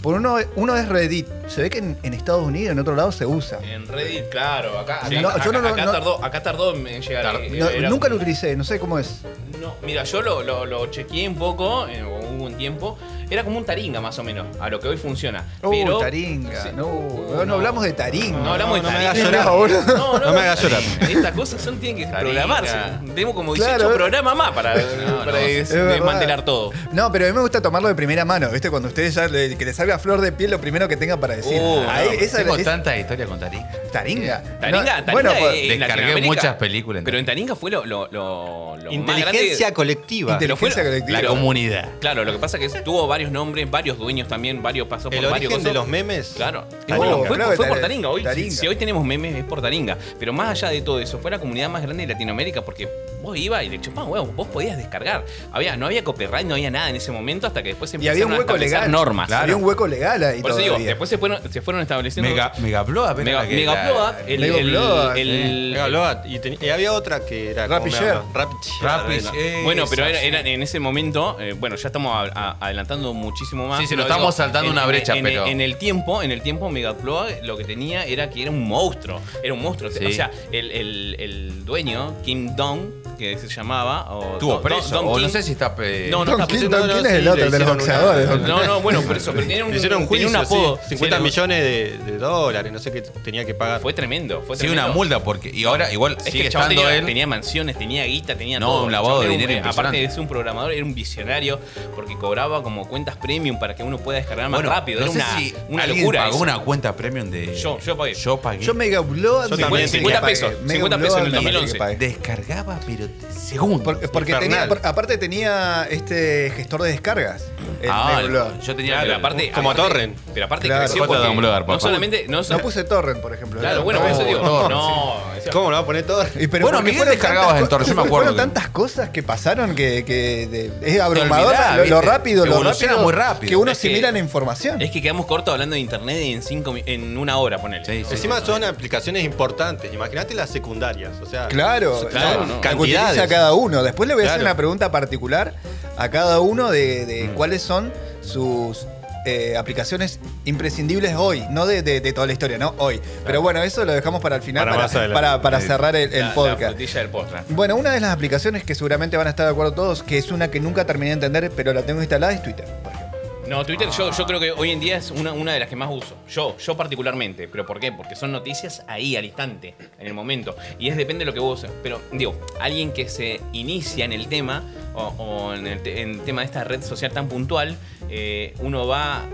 Speaker 2: Por uno, uno es Reddit. Se ve que en, en Estados Unidos, en otro lado, se usa.
Speaker 1: En Reddit, claro. Acá,
Speaker 2: Sí. Ah, No, yo no lo- no-
Speaker 1: tardó, acá tardó en llegar. eh,
Speaker 2: No,
Speaker 1: era-
Speaker 2: nunca lo utilicé, no sé cómo es.
Speaker 1: No, mira, yo lo, lo- lo chequeé un poco, eh, hubo un tiempo. Era como un taringa más o menos, a lo que hoy funciona.
Speaker 2: Uh,
Speaker 1: Pero-
Speaker 2: taringa.
Speaker 1: Sí.
Speaker 2: No, no,
Speaker 1: no.
Speaker 2: hablamos de taringa.
Speaker 1: No hablamos de
Speaker 3: no me
Speaker 1: taringa.
Speaker 3: hagas llorar.
Speaker 2: boludo.
Speaker 1: No,
Speaker 3: No me hagas llorar.
Speaker 1: Estas cosas son, tienen que
Speaker 4: Taringa.
Speaker 1: programarse. Tenemos como 18
Speaker 2: Claro.
Speaker 1: programas más para, para
Speaker 4: no,
Speaker 1: des-
Speaker 2: es verdad.
Speaker 1: desmantelar todo.
Speaker 2: No, pero a mí me gusta tomarlo de primera mano, ¿viste? Cuando ustedes ya le- que les salga flor de piel lo primero que tengan para decir.
Speaker 1: Uh,
Speaker 2: Ahí,
Speaker 1: no,
Speaker 2: esa
Speaker 4: Tengo
Speaker 2: es
Speaker 4: tanta historia con Tarín.
Speaker 2: taringa. No,
Speaker 1: Taringa, Taringa
Speaker 2: bueno,
Speaker 1: es-
Speaker 2: pues,
Speaker 1: en
Speaker 4: descargué
Speaker 1: Latinoamérica,
Speaker 4: muchas películas en
Speaker 1: Pero en Taringa fue lo, lo, lo- lo más
Speaker 3: Inteligencia
Speaker 1: grande.
Speaker 3: colectiva.
Speaker 2: pues, Inteligencia
Speaker 1: Lo fue-
Speaker 2: colectiva.
Speaker 4: La
Speaker 1: Pero-
Speaker 4: comunidad.
Speaker 1: Claro, lo que pasa es que tuvo varios nombres, varios dueños también, varios pasó por
Speaker 3: El
Speaker 1: varios
Speaker 3: origen de
Speaker 1: cosas.
Speaker 3: los memes.
Speaker 1: Claro.
Speaker 3: Taringa.
Speaker 1: Bueno, fue,
Speaker 2: Claro,
Speaker 1: fue por
Speaker 2: Tar-
Speaker 1: Taringa. Hoy,
Speaker 2: Taringa.
Speaker 1: Si, si hoy tenemos memes es por Taringa. Pero más allá de todo eso, fue la comunidad más grande de Latinoamérica porque vos ibas y le chupabas huevos, vos podías descargar. Había, no había copyright, no había nada en ese momento hasta que después se
Speaker 2: y había
Speaker 1: empezaron
Speaker 2: un
Speaker 1: a
Speaker 2: hueco
Speaker 1: establecer
Speaker 2: legal.
Speaker 1: normas.
Speaker 2: Había un hueco legal ahí
Speaker 1: Por eso digo,
Speaker 2: todavía.
Speaker 1: después se fueron, se fueron estableciendo.
Speaker 4: Mega, Megaploa, apenas
Speaker 1: Mega,
Speaker 4: la que-
Speaker 1: Mega
Speaker 4: la-
Speaker 1: Bloa, el,
Speaker 2: Mega
Speaker 1: el-
Speaker 2: Bloa,
Speaker 1: el-
Speaker 3: Mega Bloat. Eh, Y, teni- y había otra que era.
Speaker 2: Rap
Speaker 3: ¿cómo
Speaker 2: y
Speaker 3: me
Speaker 2: Share.
Speaker 3: llama? Rap y Share.
Speaker 4: Rap y
Speaker 3: era.
Speaker 4: Share. Eh,
Speaker 1: bueno, pero
Speaker 4: esa,
Speaker 1: era, era- en ese momento, eh, bueno, ya estamos a- a- adelantando muchísimo más.
Speaker 4: Sí, sí,
Speaker 1: lo
Speaker 4: nos estamos saltando una brecha,
Speaker 1: en,
Speaker 4: pero-
Speaker 1: En el tiempo, en el tiempo Megaploa lo que tenía era que era un monstruo, era un monstruo.
Speaker 4: Sí.
Speaker 1: O sea, el, el- el dueño, Kim Dong, que se llamaba... O
Speaker 4: Estuvo
Speaker 1: Don-
Speaker 4: preso.
Speaker 1: Don- Don
Speaker 4: o no
Speaker 1: Kim-
Speaker 4: sé si está. eh,
Speaker 1: No, no,
Speaker 2: Don
Speaker 1: está
Speaker 2: King,
Speaker 1: preso,
Speaker 2: Don
Speaker 1: no, no,
Speaker 2: King es
Speaker 1: sí,
Speaker 2: el
Speaker 1: le
Speaker 2: otro, el de los
Speaker 3: hicieron una-
Speaker 2: boxeadores.
Speaker 3: le
Speaker 1: No, no, bueno, pero, eso, pero tenía un,
Speaker 3: Le hicieron un
Speaker 1: tenía
Speaker 3: juicio.
Speaker 1: un apodo.
Speaker 3: sí, 50
Speaker 1: Sí, le-
Speaker 3: millones de, de dólares, no sé qué tenía que pagar.
Speaker 1: Fue tremendo, fue
Speaker 4: Sí,
Speaker 1: tremendo.
Speaker 4: una multa, porque. Y ahora, igual,
Speaker 1: Es que
Speaker 4: sigue
Speaker 1: el chabón
Speaker 4: estando
Speaker 1: tenía,
Speaker 4: él.
Speaker 1: tenía mansiones, tenía guita, tenía
Speaker 4: No,
Speaker 1: todo.
Speaker 4: un
Speaker 1: El
Speaker 4: lavado
Speaker 1: chabón era
Speaker 4: de
Speaker 1: un- eh,
Speaker 4: dinero
Speaker 1: Aparte de
Speaker 4: impresionante.
Speaker 1: ser un programador, era un visionario porque cobraba como cuentas premium para que uno pueda descargar más
Speaker 4: Bueno,
Speaker 1: rápido.
Speaker 4: no
Speaker 1: era
Speaker 4: sé
Speaker 1: una,
Speaker 4: si
Speaker 1: una
Speaker 4: alguien
Speaker 1: locura.
Speaker 4: Pagó
Speaker 1: eso.
Speaker 4: una cuenta premium de.
Speaker 1: Yo- yo pagué.
Speaker 4: Yo pagué.
Speaker 2: Yo Mega Bloa
Speaker 3: Yo
Speaker 2: me-
Speaker 3: también 50
Speaker 2: pagué.
Speaker 1: pesos,
Speaker 2: Mega
Speaker 1: 50 pesos en el
Speaker 2: Bloa me-
Speaker 1: 2011.
Speaker 2: pagué.
Speaker 4: Descargaba, pero te- segundo.
Speaker 2: Porque, porque tenía,
Speaker 3: Infernal.
Speaker 2: por- aparte tenía este gestor de descargas. el
Speaker 4: ah,
Speaker 2: Mega Bloa.
Speaker 4: yo tenía.
Speaker 1: Claro,
Speaker 4: pero-
Speaker 1: pero aparte-
Speaker 3: como
Speaker 1: aparte-
Speaker 3: torrent.
Speaker 1: Pero aparte
Speaker 2: Claro.
Speaker 1: creció
Speaker 4: Jota
Speaker 1: porque
Speaker 4: Don Blogger,
Speaker 1: no
Speaker 4: papá.
Speaker 1: solamente... No,
Speaker 2: No
Speaker 1: solo-
Speaker 2: puse Torrent, por ejemplo.
Speaker 1: Claro, bueno, por
Speaker 2: No.
Speaker 1: eso digo...
Speaker 4: no,
Speaker 1: No, o sea,
Speaker 3: ¿Cómo lo va a poner todo?
Speaker 2: Y pero
Speaker 4: Bueno,
Speaker 2: porque
Speaker 4: Miguel
Speaker 2: fueron
Speaker 4: descargabas
Speaker 2: tantas
Speaker 4: en Torre,
Speaker 2: co-
Speaker 4: yo me acuerdo
Speaker 2: Fueron
Speaker 4: que-
Speaker 2: tantas cosas que pasaron que, que de- es
Speaker 4: olvidás,
Speaker 2: abrumador lo, lo
Speaker 4: ¿viste?
Speaker 2: rápido, lo
Speaker 4: Evoluciona
Speaker 2: rápido,
Speaker 4: muy rápido.
Speaker 2: que uno
Speaker 1: Es que-
Speaker 2: asimila la información.
Speaker 1: Es que quedamos cortos hablando de internet en cinco mi- en una hora, ponele.
Speaker 4: Sí, sí.
Speaker 3: Encima son aplicaciones importantes. Imagínate las secundarias. O sea,
Speaker 2: Claro,
Speaker 3: son
Speaker 1: claro,
Speaker 2: la-
Speaker 1: no.
Speaker 2: la que
Speaker 3: cantidades.
Speaker 2: utiliza cada uno. Después le voy a hacer
Speaker 3: Claro.
Speaker 2: una pregunta particular a cada uno de, de
Speaker 1: Mm.
Speaker 2: cuáles son sus eh, aplicaciones imprescindibles hoy, no de, de- de toda la historia, no hoy. Pero bueno, eso lo dejamos para el final,
Speaker 3: Para
Speaker 2: para,
Speaker 3: más adelante.
Speaker 2: para- para
Speaker 3: Sí.
Speaker 2: cerrar el, el
Speaker 1: La- La
Speaker 2: podcast.
Speaker 1: frutilla del podcast.
Speaker 2: bueno, una de las aplicaciones que seguramente van a estar de acuerdo todos, que es una que nunca terminé de entender, pero la tengo instalada, es Twitter, por
Speaker 1: Ah,
Speaker 2: ejemplo.
Speaker 1: No, Twitter yo, yo creo que hoy en día es una, una de las que más uso. Yo, yo particularmente. ¿Pero por qué? Porque son noticias ahí, al instante, en el momento. Y es depende de lo que vos uses. Pero, digo, alguien que se inicia en el tema, o, o en, el te- en el tema de esta red social tan puntual, eh, uno va,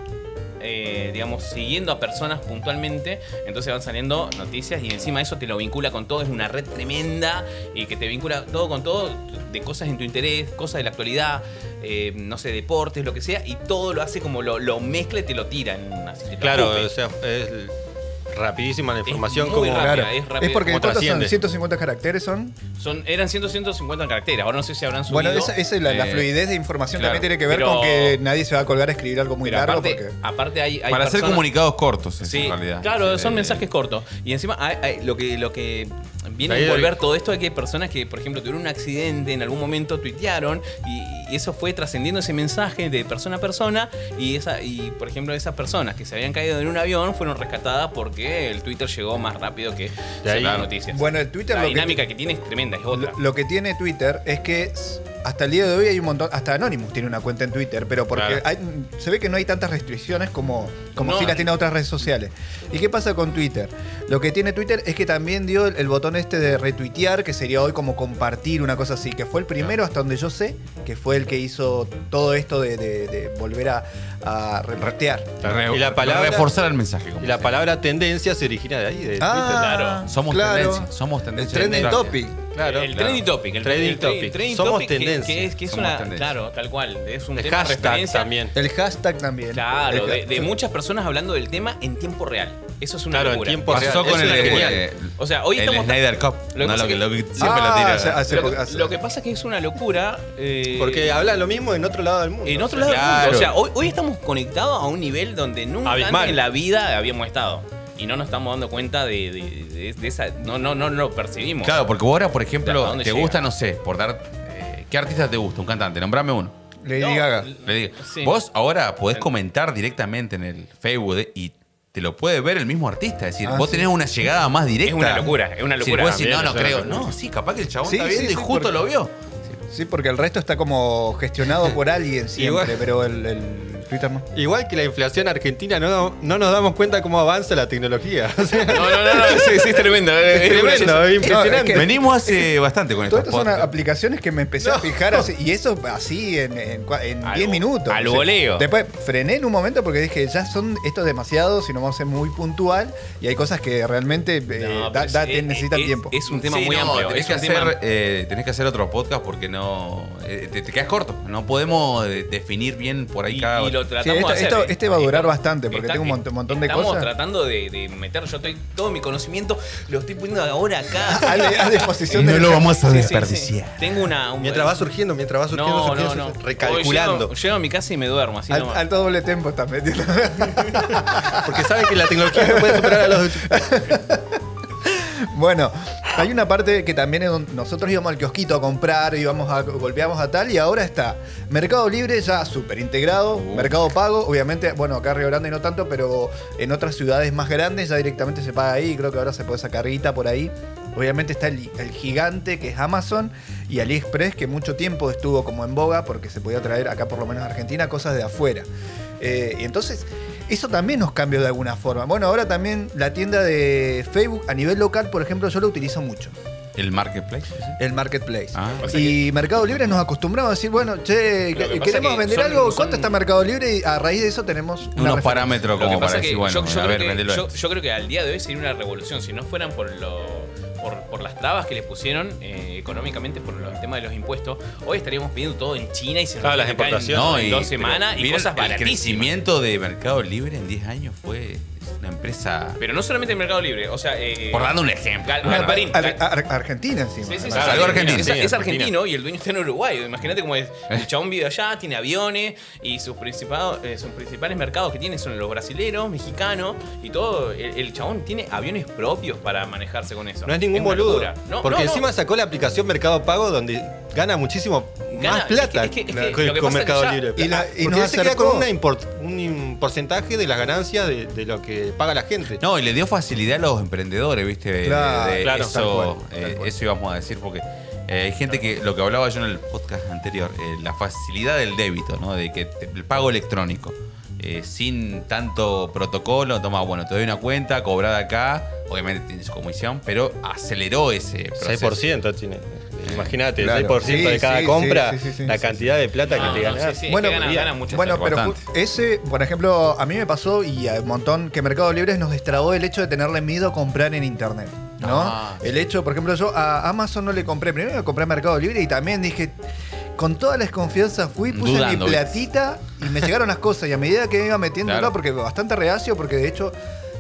Speaker 1: eh, digamos, siguiendo a personas puntualmente. Entonces van saliendo noticias y encima eso te lo vincula con todo. Es una red tremenda y que te vincula todo con todo de cosas en tu interés, cosas de la actualidad, eh, no sé, deportes, lo que sea, y todo lo hace como lo, lo mezcla y te lo tiran. Así, te lo
Speaker 3: Claro,
Speaker 1: escupe.
Speaker 3: o sea, es rapidísima la información.
Speaker 1: muy
Speaker 3: como
Speaker 1: rápida,
Speaker 2: Claro.
Speaker 1: es
Speaker 2: Es,
Speaker 1: rápido.
Speaker 2: porque
Speaker 3: ¿Cómo
Speaker 2: ¿cuántos son?
Speaker 3: trasciende?
Speaker 2: 150 caracteres son.
Speaker 1: Son, eran 100, 150 caracteres. Ahora no sé si habrán subido.
Speaker 2: Bueno, esa, esa es la, la
Speaker 1: Eh,
Speaker 2: fluidez de información
Speaker 1: claro,
Speaker 2: también tiene que ver
Speaker 1: pero-
Speaker 2: con que nadie se va a colgar a escribir algo muy
Speaker 1: pero
Speaker 2: largo
Speaker 1: aparte,
Speaker 2: porque.
Speaker 1: aparte hay, hay
Speaker 4: Para hacer
Speaker 1: personas-
Speaker 4: comunicados cortos, eso,
Speaker 1: Sí,
Speaker 4: en realidad.
Speaker 1: claro,
Speaker 4: Sí,
Speaker 1: son
Speaker 4: eh,
Speaker 1: mensajes cortos. Y encima hay- hay- lo, que, lo que viene a
Speaker 3: Ahí hay-
Speaker 1: envolver todo esto es que hay personas que, por ejemplo, tuvieron un accidente, en algún momento tuitearon y, y eso fue trascendiendo ese mensaje de persona a persona y, esa, y, por ejemplo, esas personas que se habían caído en un avión fueron rescatadas porque el Twitter llegó más rápido que
Speaker 3: ahí-
Speaker 1: las noticias.
Speaker 2: Bueno, el Twitter
Speaker 1: la
Speaker 2: lo que-
Speaker 1: dinámica que, tiene es tremenda, es otra.
Speaker 2: Lo, lo que tiene Twitter es que s- hasta el día de hoy hay un montón. Hasta Anonymous tiene una cuenta en Twitter, pero porque
Speaker 1: Claro.
Speaker 2: hay- se ve que no hay tantas restricciones como, como
Speaker 1: No.
Speaker 2: si las tiene otras redes sociales. ¿Y qué pasa con Twitter? Lo que tiene Twitter es que también dio el, el botón este de retuitear, que sería hoy como compartir, una cosa así, que fue el primero hasta donde yo sé, que fue el que hizo todo esto de, de- de volver a, a retuitear.
Speaker 4: re-
Speaker 3: Y la palabra-
Speaker 4: Reforzar el mensaje. como
Speaker 3: Y la
Speaker 4: sea.
Speaker 3: palabra tendencia se origina de ahí, de
Speaker 1: claro.
Speaker 4: Somos
Speaker 2: claro.
Speaker 4: tendencia. Somos tendencia.
Speaker 3: Ah, Trending
Speaker 4: Claro.
Speaker 3: topic. Claro.
Speaker 1: el trending topic, el
Speaker 3: Trending
Speaker 1: el tre-
Speaker 3: topic.
Speaker 1: trending
Speaker 3: Somos
Speaker 1: topic que-
Speaker 3: tendencia.
Speaker 1: Que, es, que es
Speaker 4: Somos
Speaker 1: una,
Speaker 4: tendencia.
Speaker 1: claro, tal cual, es un
Speaker 3: El
Speaker 1: tema de
Speaker 3: hashtag
Speaker 1: referencia.
Speaker 3: también.
Speaker 2: El hashtag también.
Speaker 1: Claro,
Speaker 2: El
Speaker 1: de, de
Speaker 2: hashtag.
Speaker 1: muchas personas hablando del tema en tiempo real. Eso es una
Speaker 3: Claro, en
Speaker 1: locura.
Speaker 3: tiempo real.
Speaker 4: Pasó
Speaker 3: Eso
Speaker 4: con
Speaker 3: es
Speaker 4: el,
Speaker 3: genial.
Speaker 4: eh,
Speaker 1: O sea, hoy
Speaker 4: el
Speaker 1: estamos-
Speaker 4: Snyder Cup.
Speaker 1: Lo que
Speaker 4: no,
Speaker 1: pasa
Speaker 4: lo que,
Speaker 1: que-
Speaker 4: lo que siempre
Speaker 2: Ah,
Speaker 4: la
Speaker 2: hace-
Speaker 4: tira.
Speaker 2: hace-
Speaker 1: Lo que,
Speaker 2: hace-
Speaker 1: lo que pasa es que es una locura. eh,
Speaker 3: Porque habla lo mismo en otro lado del mundo.
Speaker 1: En
Speaker 3: O
Speaker 1: otro
Speaker 3: sea,
Speaker 1: lado, del mundo. o
Speaker 4: claro.
Speaker 1: sea, hoy, hoy estamos conectados a un nivel donde nunca
Speaker 3: Abismal.
Speaker 1: antes en la vida habíamos estado. Y no nos estamos dando cuenta de, de- de- de esa. No, no, no lo percibimos.
Speaker 4: Claro, porque vos ahora, por
Speaker 1: ¿Hasta
Speaker 4: ejemplo,
Speaker 1: dónde
Speaker 4: te
Speaker 1: llega?
Speaker 4: gusta, no sé, por dar. eh, ¿Qué artista te gusta? Un cantante, nombrame uno.
Speaker 2: Lady
Speaker 1: No,
Speaker 2: Gaga.
Speaker 4: Le digo.
Speaker 1: Sí.
Speaker 4: Vos ahora podés comentar directamente en el Facebook de- y te lo puede ver el mismo artista. Es decir,
Speaker 2: Ah,
Speaker 4: vos
Speaker 2: sí.
Speaker 4: tenés una llegada más directa.
Speaker 1: Es una locura, es una
Speaker 4: Sí,
Speaker 1: locura
Speaker 4: vos decís,
Speaker 3: también,
Speaker 4: no, no
Speaker 3: es una
Speaker 4: creo.
Speaker 3: locura.
Speaker 4: No, sí, capaz que el chabón
Speaker 2: Sí,
Speaker 4: está
Speaker 2: sí,
Speaker 4: viendo
Speaker 2: sí,
Speaker 4: y justo
Speaker 2: porque-
Speaker 4: lo vio.
Speaker 2: Sí, porque el resto está como gestionado por alguien siempre,
Speaker 3: Igual.
Speaker 2: pero el, el Twitter no.
Speaker 3: Igual que la inflación argentina, no, no nos damos cuenta cómo avanza la tecnología. O sea,
Speaker 1: No, no, no, no, sí, sí, es tremendo.
Speaker 3: es tremendo, es impresionante.
Speaker 4: Venimos hace bastante con
Speaker 2: Todas estas
Speaker 4: estos
Speaker 2: son
Speaker 4: podcasts.
Speaker 2: aplicaciones que me empecé a fijar así, y eso así en, en cua- en
Speaker 1: Al
Speaker 2: 10
Speaker 1: vo-
Speaker 2: minutos.
Speaker 1: al
Speaker 2: O sea,
Speaker 1: voleo.
Speaker 2: Después frené en un momento porque dije, ya son esto es demasiado, si no vamos a ser muy puntual y hay cosas que realmente eh,
Speaker 1: No,
Speaker 2: da-
Speaker 1: pero
Speaker 2: da-
Speaker 1: es-
Speaker 2: te necesitan
Speaker 1: es-
Speaker 2: tiempo.
Speaker 1: Es un tema
Speaker 4: Sí,
Speaker 1: muy
Speaker 4: no,
Speaker 1: amplio.
Speaker 4: Tenés
Speaker 1: es
Speaker 4: que,
Speaker 1: un tema-
Speaker 4: hacer, eh, tenés que hacer otro podcast porque no. eh, te, te quedas corto. No podemos eh, definir bien por ahí
Speaker 1: Y,
Speaker 4: cada.
Speaker 1: y lo tratamos
Speaker 2: esto-
Speaker 1: de hacer. ¿eh?
Speaker 2: esto- este va a durar bastante, porque
Speaker 1: Está-
Speaker 2: tengo un montón- montón de
Speaker 1: Estamos
Speaker 2: cosas.
Speaker 1: tratando de, de meter, yo estoy, todo mi conocimiento lo estoy poniendo ahora acá.
Speaker 2: a, a disposición de
Speaker 4: vamos
Speaker 1: Sí, sí, sí. Tengo una... un-
Speaker 3: mientras va surgiendo, mientras va surgiendo,
Speaker 1: no,
Speaker 3: surgiendo,
Speaker 1: no, no.
Speaker 3: surgiendo, recalculando.
Speaker 1: Hoy Llego, llego a mi casa y me duermo, así
Speaker 2: al-
Speaker 1: nomás.
Speaker 2: alto doble tempo también.
Speaker 3: Porque saben que la tecnología no puede superar a los.
Speaker 2: Bueno, hay una parte que también es donde nosotros íbamos al kiosquito a comprar, íbamos a golpeamos a tal y ahora está Mercado Libre ya súper integrado, Mercado Pago, obviamente, bueno, acá en Río Grande no tanto, pero en otras ciudades más grandes ya directamente se paga ahí, creo que ahora se puede sacar guita por ahí. Obviamente está el, el gigante que es Amazon y AliExpress que mucho tiempo estuvo como en boga porque se podía traer acá por lo menos a Argentina cosas de afuera. Eh, y entonces eso también nos cambió de alguna forma. Bueno, ahora también la tienda de Facebook a nivel local, por ejemplo, yo lo utilizo mucho,
Speaker 4: El marketplace. ¿sí?
Speaker 2: el marketplace.
Speaker 4: Ah.
Speaker 1: O sea
Speaker 2: y Mercado Libre nos acostumbraba a decir, bueno, che,
Speaker 1: Lo que pasa
Speaker 2: queremos
Speaker 1: que
Speaker 2: vender
Speaker 1: son-
Speaker 2: algo,
Speaker 1: son-
Speaker 2: ¿cuánto está Mercado Libre? Y a raíz de eso tenemos una
Speaker 4: Unos
Speaker 2: referencia.
Speaker 1: Lo
Speaker 4: parámetros
Speaker 1: que
Speaker 4: como
Speaker 1: pasa
Speaker 4: para
Speaker 1: es que
Speaker 4: decir,
Speaker 1: yo,
Speaker 4: bueno,
Speaker 1: yo
Speaker 4: a ver,
Speaker 1: creo que,
Speaker 4: vendelo.
Speaker 1: yo- yo creo que al día de hoy sería una revolución. Si no fueran por lo- por, por las trabas que le pusieron eh, económicamente por lo- el tema de los impuestos, hoy estaríamos pidiendo todo en China y se nos
Speaker 3: Claro, las
Speaker 1: acá en
Speaker 3: importaciones.
Speaker 1: dos-
Speaker 4: No,
Speaker 1: en
Speaker 4: y-
Speaker 1: dos semanas
Speaker 4: pero
Speaker 1: y
Speaker 4: mira,
Speaker 1: cosas
Speaker 4: El
Speaker 1: baratísimas.
Speaker 4: crecimiento de Mercado Libre en 10 años fue es una empresa.
Speaker 1: Pero no solamente el Mercado Libre, o sea... eh,
Speaker 4: Por dando un ejemplo.
Speaker 1: Gal-
Speaker 4: ¿no?
Speaker 1: Galvarín.
Speaker 2: Ar- Ar- Argentina encima.
Speaker 1: Sí, sí, sí.
Speaker 2: además.
Speaker 4: Claro, algo
Speaker 1: Argentina.
Speaker 4: argentino. Eh.
Speaker 1: Es,
Speaker 3: Sí,
Speaker 1: es
Speaker 3: Argentina.
Speaker 1: argentino y el dueño está en Uruguay. Imagínate cómo es. El chabón vive allá, tiene aviones y sus, principado- eh, sus principales mercados que tiene son los brasileros, mexicanos y todo. El, el chabón tiene aviones propios para manejarse con eso.
Speaker 3: No es ningún
Speaker 1: una
Speaker 3: boludo.
Speaker 1: locura. No,
Speaker 3: porque
Speaker 1: no, no.
Speaker 3: encima sacó la aplicación Mercado Pago donde gana muchísimo
Speaker 1: Gana-
Speaker 3: más plata
Speaker 1: es que- es que- es que
Speaker 3: con,
Speaker 1: lo que
Speaker 3: con
Speaker 1: pasa es que
Speaker 3: Mercado
Speaker 1: ya-
Speaker 3: Libre.
Speaker 2: y la- y
Speaker 3: Porque
Speaker 2: nos
Speaker 3: él se queda
Speaker 2: acercó-
Speaker 3: con una import- un im- porcentaje de las ganancias de, de lo que paga la gente.
Speaker 4: No, y le dio facilidad a los emprendedores, ¿viste? De-
Speaker 2: Claro,
Speaker 4: de
Speaker 2: claro. Tal
Speaker 4: Eso,
Speaker 2: cual, tal
Speaker 4: eh,
Speaker 2: cual.
Speaker 4: eso íbamos a decir, porque eh, hay gente que, lo que hablaba yo en el podcast anterior, eh, la facilidad del débito, ¿no? De que te- el pago electrónico, eh, sin tanto protocolo, toma, bueno, te doy una cuenta, cobrada acá, obviamente tienes comisión, pero aceleró ese proceso.
Speaker 3: 6% tiene. Imagínate,
Speaker 2: Claro.
Speaker 3: 6%
Speaker 2: Sí,
Speaker 3: de cada
Speaker 2: sí,
Speaker 3: compra,
Speaker 2: sí, sí, sí,
Speaker 3: la
Speaker 2: sí,
Speaker 3: cantidad de plata
Speaker 1: No,
Speaker 3: que te
Speaker 1: no,
Speaker 3: ganas.
Speaker 1: sí, sí, es
Speaker 2: Bueno,
Speaker 1: que gana-
Speaker 2: mira,
Speaker 1: gana mucho
Speaker 2: bueno,
Speaker 1: esa-
Speaker 2: pero ju-
Speaker 4: bastante.
Speaker 2: ese, por ejemplo, a mí me pasó y a un montón que Mercado Libre nos destrabó el hecho de tenerle miedo a comprar en internet. ¿No?
Speaker 4: Ah,
Speaker 2: el hecho, por ejemplo, yo a Amazon no le compré. Primero le compré a Mercado Libre y también dije, con toda la desconfianza fui, puse
Speaker 4: Dudando,
Speaker 2: mi
Speaker 4: ¿viste?
Speaker 2: platita y me llegaron las cosas. Y a medida que me iba metiendo,
Speaker 4: Claro.
Speaker 2: no, porque bastante reacio, porque de hecho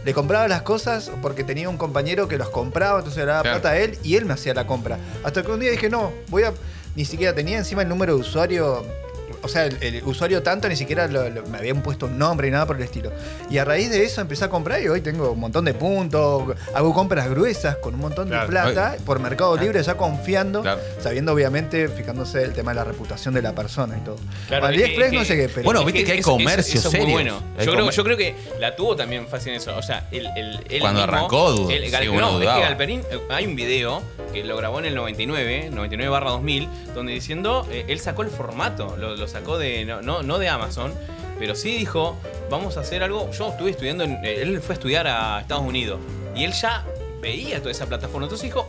Speaker 2: le compraba las cosas porque tenía un compañero que las compraba, entonces le daba
Speaker 4: Claro.
Speaker 2: plata a él y él me hacía la compra. Hasta que un día dije, no, voy a. Ni siquiera tenía encima el número de usuario. O sea, el, el usuario tanto ni siquiera lo- lo- me habían puesto un nombre y nada por el estilo. Y a raíz de eso empecé a comprar y hoy tengo un montón de puntos, hago compras gruesas con un montón
Speaker 3: Claro.
Speaker 2: de plata por Mercado Libre, ya confiando,
Speaker 4: Claro.
Speaker 2: sabiendo obviamente, fijándose el tema de la reputación de la persona y todo.
Speaker 1: Claro,
Speaker 2: a
Speaker 1: es que-
Speaker 2: AliExpress
Speaker 1: es
Speaker 2: no
Speaker 1: que-
Speaker 2: llegué, pero...
Speaker 4: Bueno,
Speaker 1: Es
Speaker 4: viste que hay
Speaker 1: eso- eso-
Speaker 4: comercios
Speaker 1: eso es muy
Speaker 4: serios.
Speaker 1: bueno.
Speaker 4: Hay
Speaker 1: Yo creo,
Speaker 4: comer-
Speaker 1: yo creo que la tuvo también fácil en eso. O sea, el, el- él
Speaker 4: Cuando
Speaker 1: mismo,
Speaker 4: arrancó, dudo.
Speaker 1: el
Speaker 4: Sí,
Speaker 1: Gal-
Speaker 4: uno
Speaker 1: no, es
Speaker 4: dudaba.
Speaker 1: que Galperín, eh, hay un video que lo grabó en el 99, 99 barra 2000, donde diciendo, eh, él sacó el formato, lo, lo sacó de, no, no, no de Amazon, pero sí dijo, vamos a hacer algo. Yo estuve estudiando, en- eh, él fue a estudiar a Estados Unidos y él ya veía toda esa plataforma. Entonces dijo,